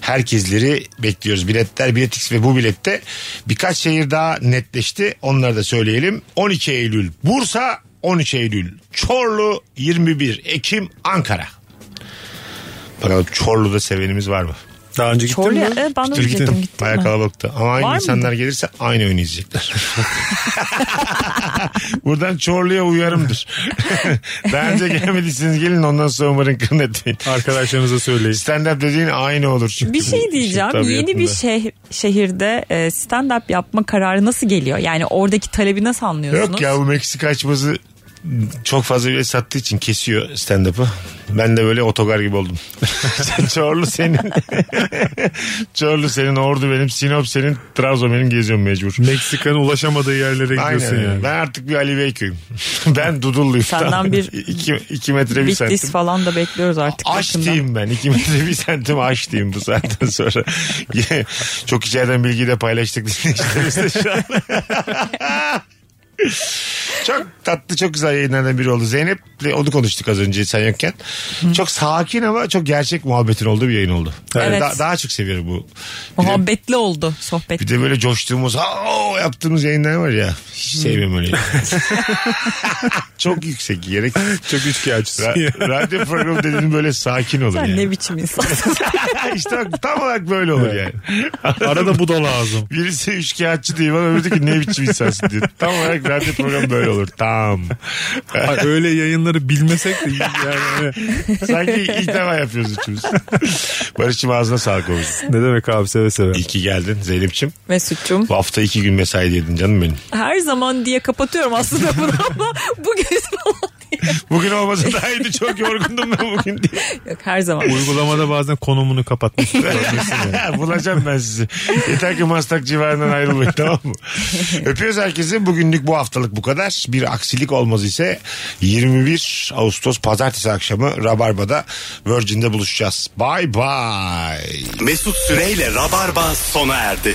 [SPEAKER 1] herkesleri bekliyoruz. Biletler, biletix ve bu bilette birkaç şehir daha netleşti. Onları da söyleyelim. 12 Eylül Bursa, 13 Eylül Çorlu, 21 Ekim Ankara. Bakalım Çorlu'da sevenimiz var mı?
[SPEAKER 3] Daha önce gittin
[SPEAKER 2] Çorlu
[SPEAKER 3] mi?
[SPEAKER 2] ya, evet, ben de
[SPEAKER 3] Gittim,
[SPEAKER 2] gittim.
[SPEAKER 3] gittim.
[SPEAKER 2] Gittin
[SPEAKER 1] Bayağı
[SPEAKER 2] mi?
[SPEAKER 1] kalabalıktı. Ama aynı
[SPEAKER 2] Var
[SPEAKER 1] insanlar gelirse aynı oyunu izleyecekler. Buradan Çorlu'ya uyarımdır. Daha önce gelmediyseniz gelin ondan sonra umarım kırın etmeyin.
[SPEAKER 3] Arkadaşlarınıza söyleyin.
[SPEAKER 1] Stand up dediğin aynı olur çünkü.
[SPEAKER 2] Bir şey diyeceğim.
[SPEAKER 1] Tabiatında.
[SPEAKER 2] Yeni bir şeh- şehirde e, stand-up yapma kararı nasıl geliyor? Yani oradaki talebi nasıl anlıyorsunuz?
[SPEAKER 1] Yok ya bu Meksika açması çok fazla bile sattığı için kesiyor stand up'ı. Ben de böyle otogar gibi oldum. Çorlu senin. Çorlu senin, Ordu benim, Sinop senin, Trabzon benim geziyorum mecbur.
[SPEAKER 3] Meksika'nın ulaşamadığı yerlere gidiyorsun
[SPEAKER 1] Aynen.
[SPEAKER 3] yani.
[SPEAKER 1] Ben artık bir Ali Beyköy'üm. ben Dudulluyum.
[SPEAKER 2] Senden
[SPEAKER 1] Tamam.
[SPEAKER 2] bir-
[SPEAKER 1] iki, iki metre bir
[SPEAKER 2] Bitlis
[SPEAKER 1] santim.
[SPEAKER 2] falan da bekliyoruz artık.
[SPEAKER 1] Aç
[SPEAKER 2] yakında.
[SPEAKER 1] diyeyim ben. iki metre bir santim aç diyeyim bu saatten sonra. Çok içeriden bilgiyi de paylaştık dinleyicilerimizle şu an. çok tatlı çok güzel yayınlardan biri oldu. Zeynep'le onu konuştuk az önce sen yokken. Çok sakin ama çok gerçek muhabbetin olduğu bir yayın oldu. Yani
[SPEAKER 2] Evet.
[SPEAKER 1] da- daha çok seviyorum bu. Bir de-
[SPEAKER 2] Muhabbetli oldu sohbet.
[SPEAKER 1] bir de böyle coştuğumuz "Aa!" yaptığımız yayınlar var ya. Hiç sevmiyorum öyle. Çok yüksek gerek.
[SPEAKER 3] Çok üçkağıtçısın ya.
[SPEAKER 1] Ra- radyo programı dediğin böyle sakin olur
[SPEAKER 2] Sen
[SPEAKER 1] yani.
[SPEAKER 2] ne biçim insansın?
[SPEAKER 1] işte bak, tam olarak böyle olur yani.
[SPEAKER 3] Arada bu da lazım.
[SPEAKER 1] Birisi üçkağıtçı diyor ama öbürü diyor ki ne biçim insansın diyor. Tam olarak radyo programı böyle olur. Tam.
[SPEAKER 3] Ay, öyle yayınları bilmesek de yani.
[SPEAKER 1] Sanki ilk defa yapıyoruz üçümüz. Barış'cığım ağzına sağlık olsun.
[SPEAKER 3] ne demek abi seve seve.
[SPEAKER 1] İyi ki geldin Zeynep'ciğim.
[SPEAKER 2] Mesut'cum.
[SPEAKER 1] Bu hafta iki gün mesai yedin canım benim.
[SPEAKER 2] Her zaman diye kapatıyorum aslında bunu ama bugün falan diye.
[SPEAKER 1] Bugün olmasa daha iyiydi çok yorgundum ben bugün diye.
[SPEAKER 2] Yok her zaman.
[SPEAKER 3] Uygulamada bazen konumunu kapatmış.
[SPEAKER 1] Bulacağım ben sizi. Yeter ki Maslak civarından ayrılmayın tamam mı? Öpüyoruz herkesi. Bugünlük bu haftalık bu kadar. Bir aksilik olmaz ise 21 Ağustos pazartesi akşamı Rabarba'da Virgin'de buluşacağız. Bay bay.
[SPEAKER 5] Mesut Süreyle Rabarba sona erdi.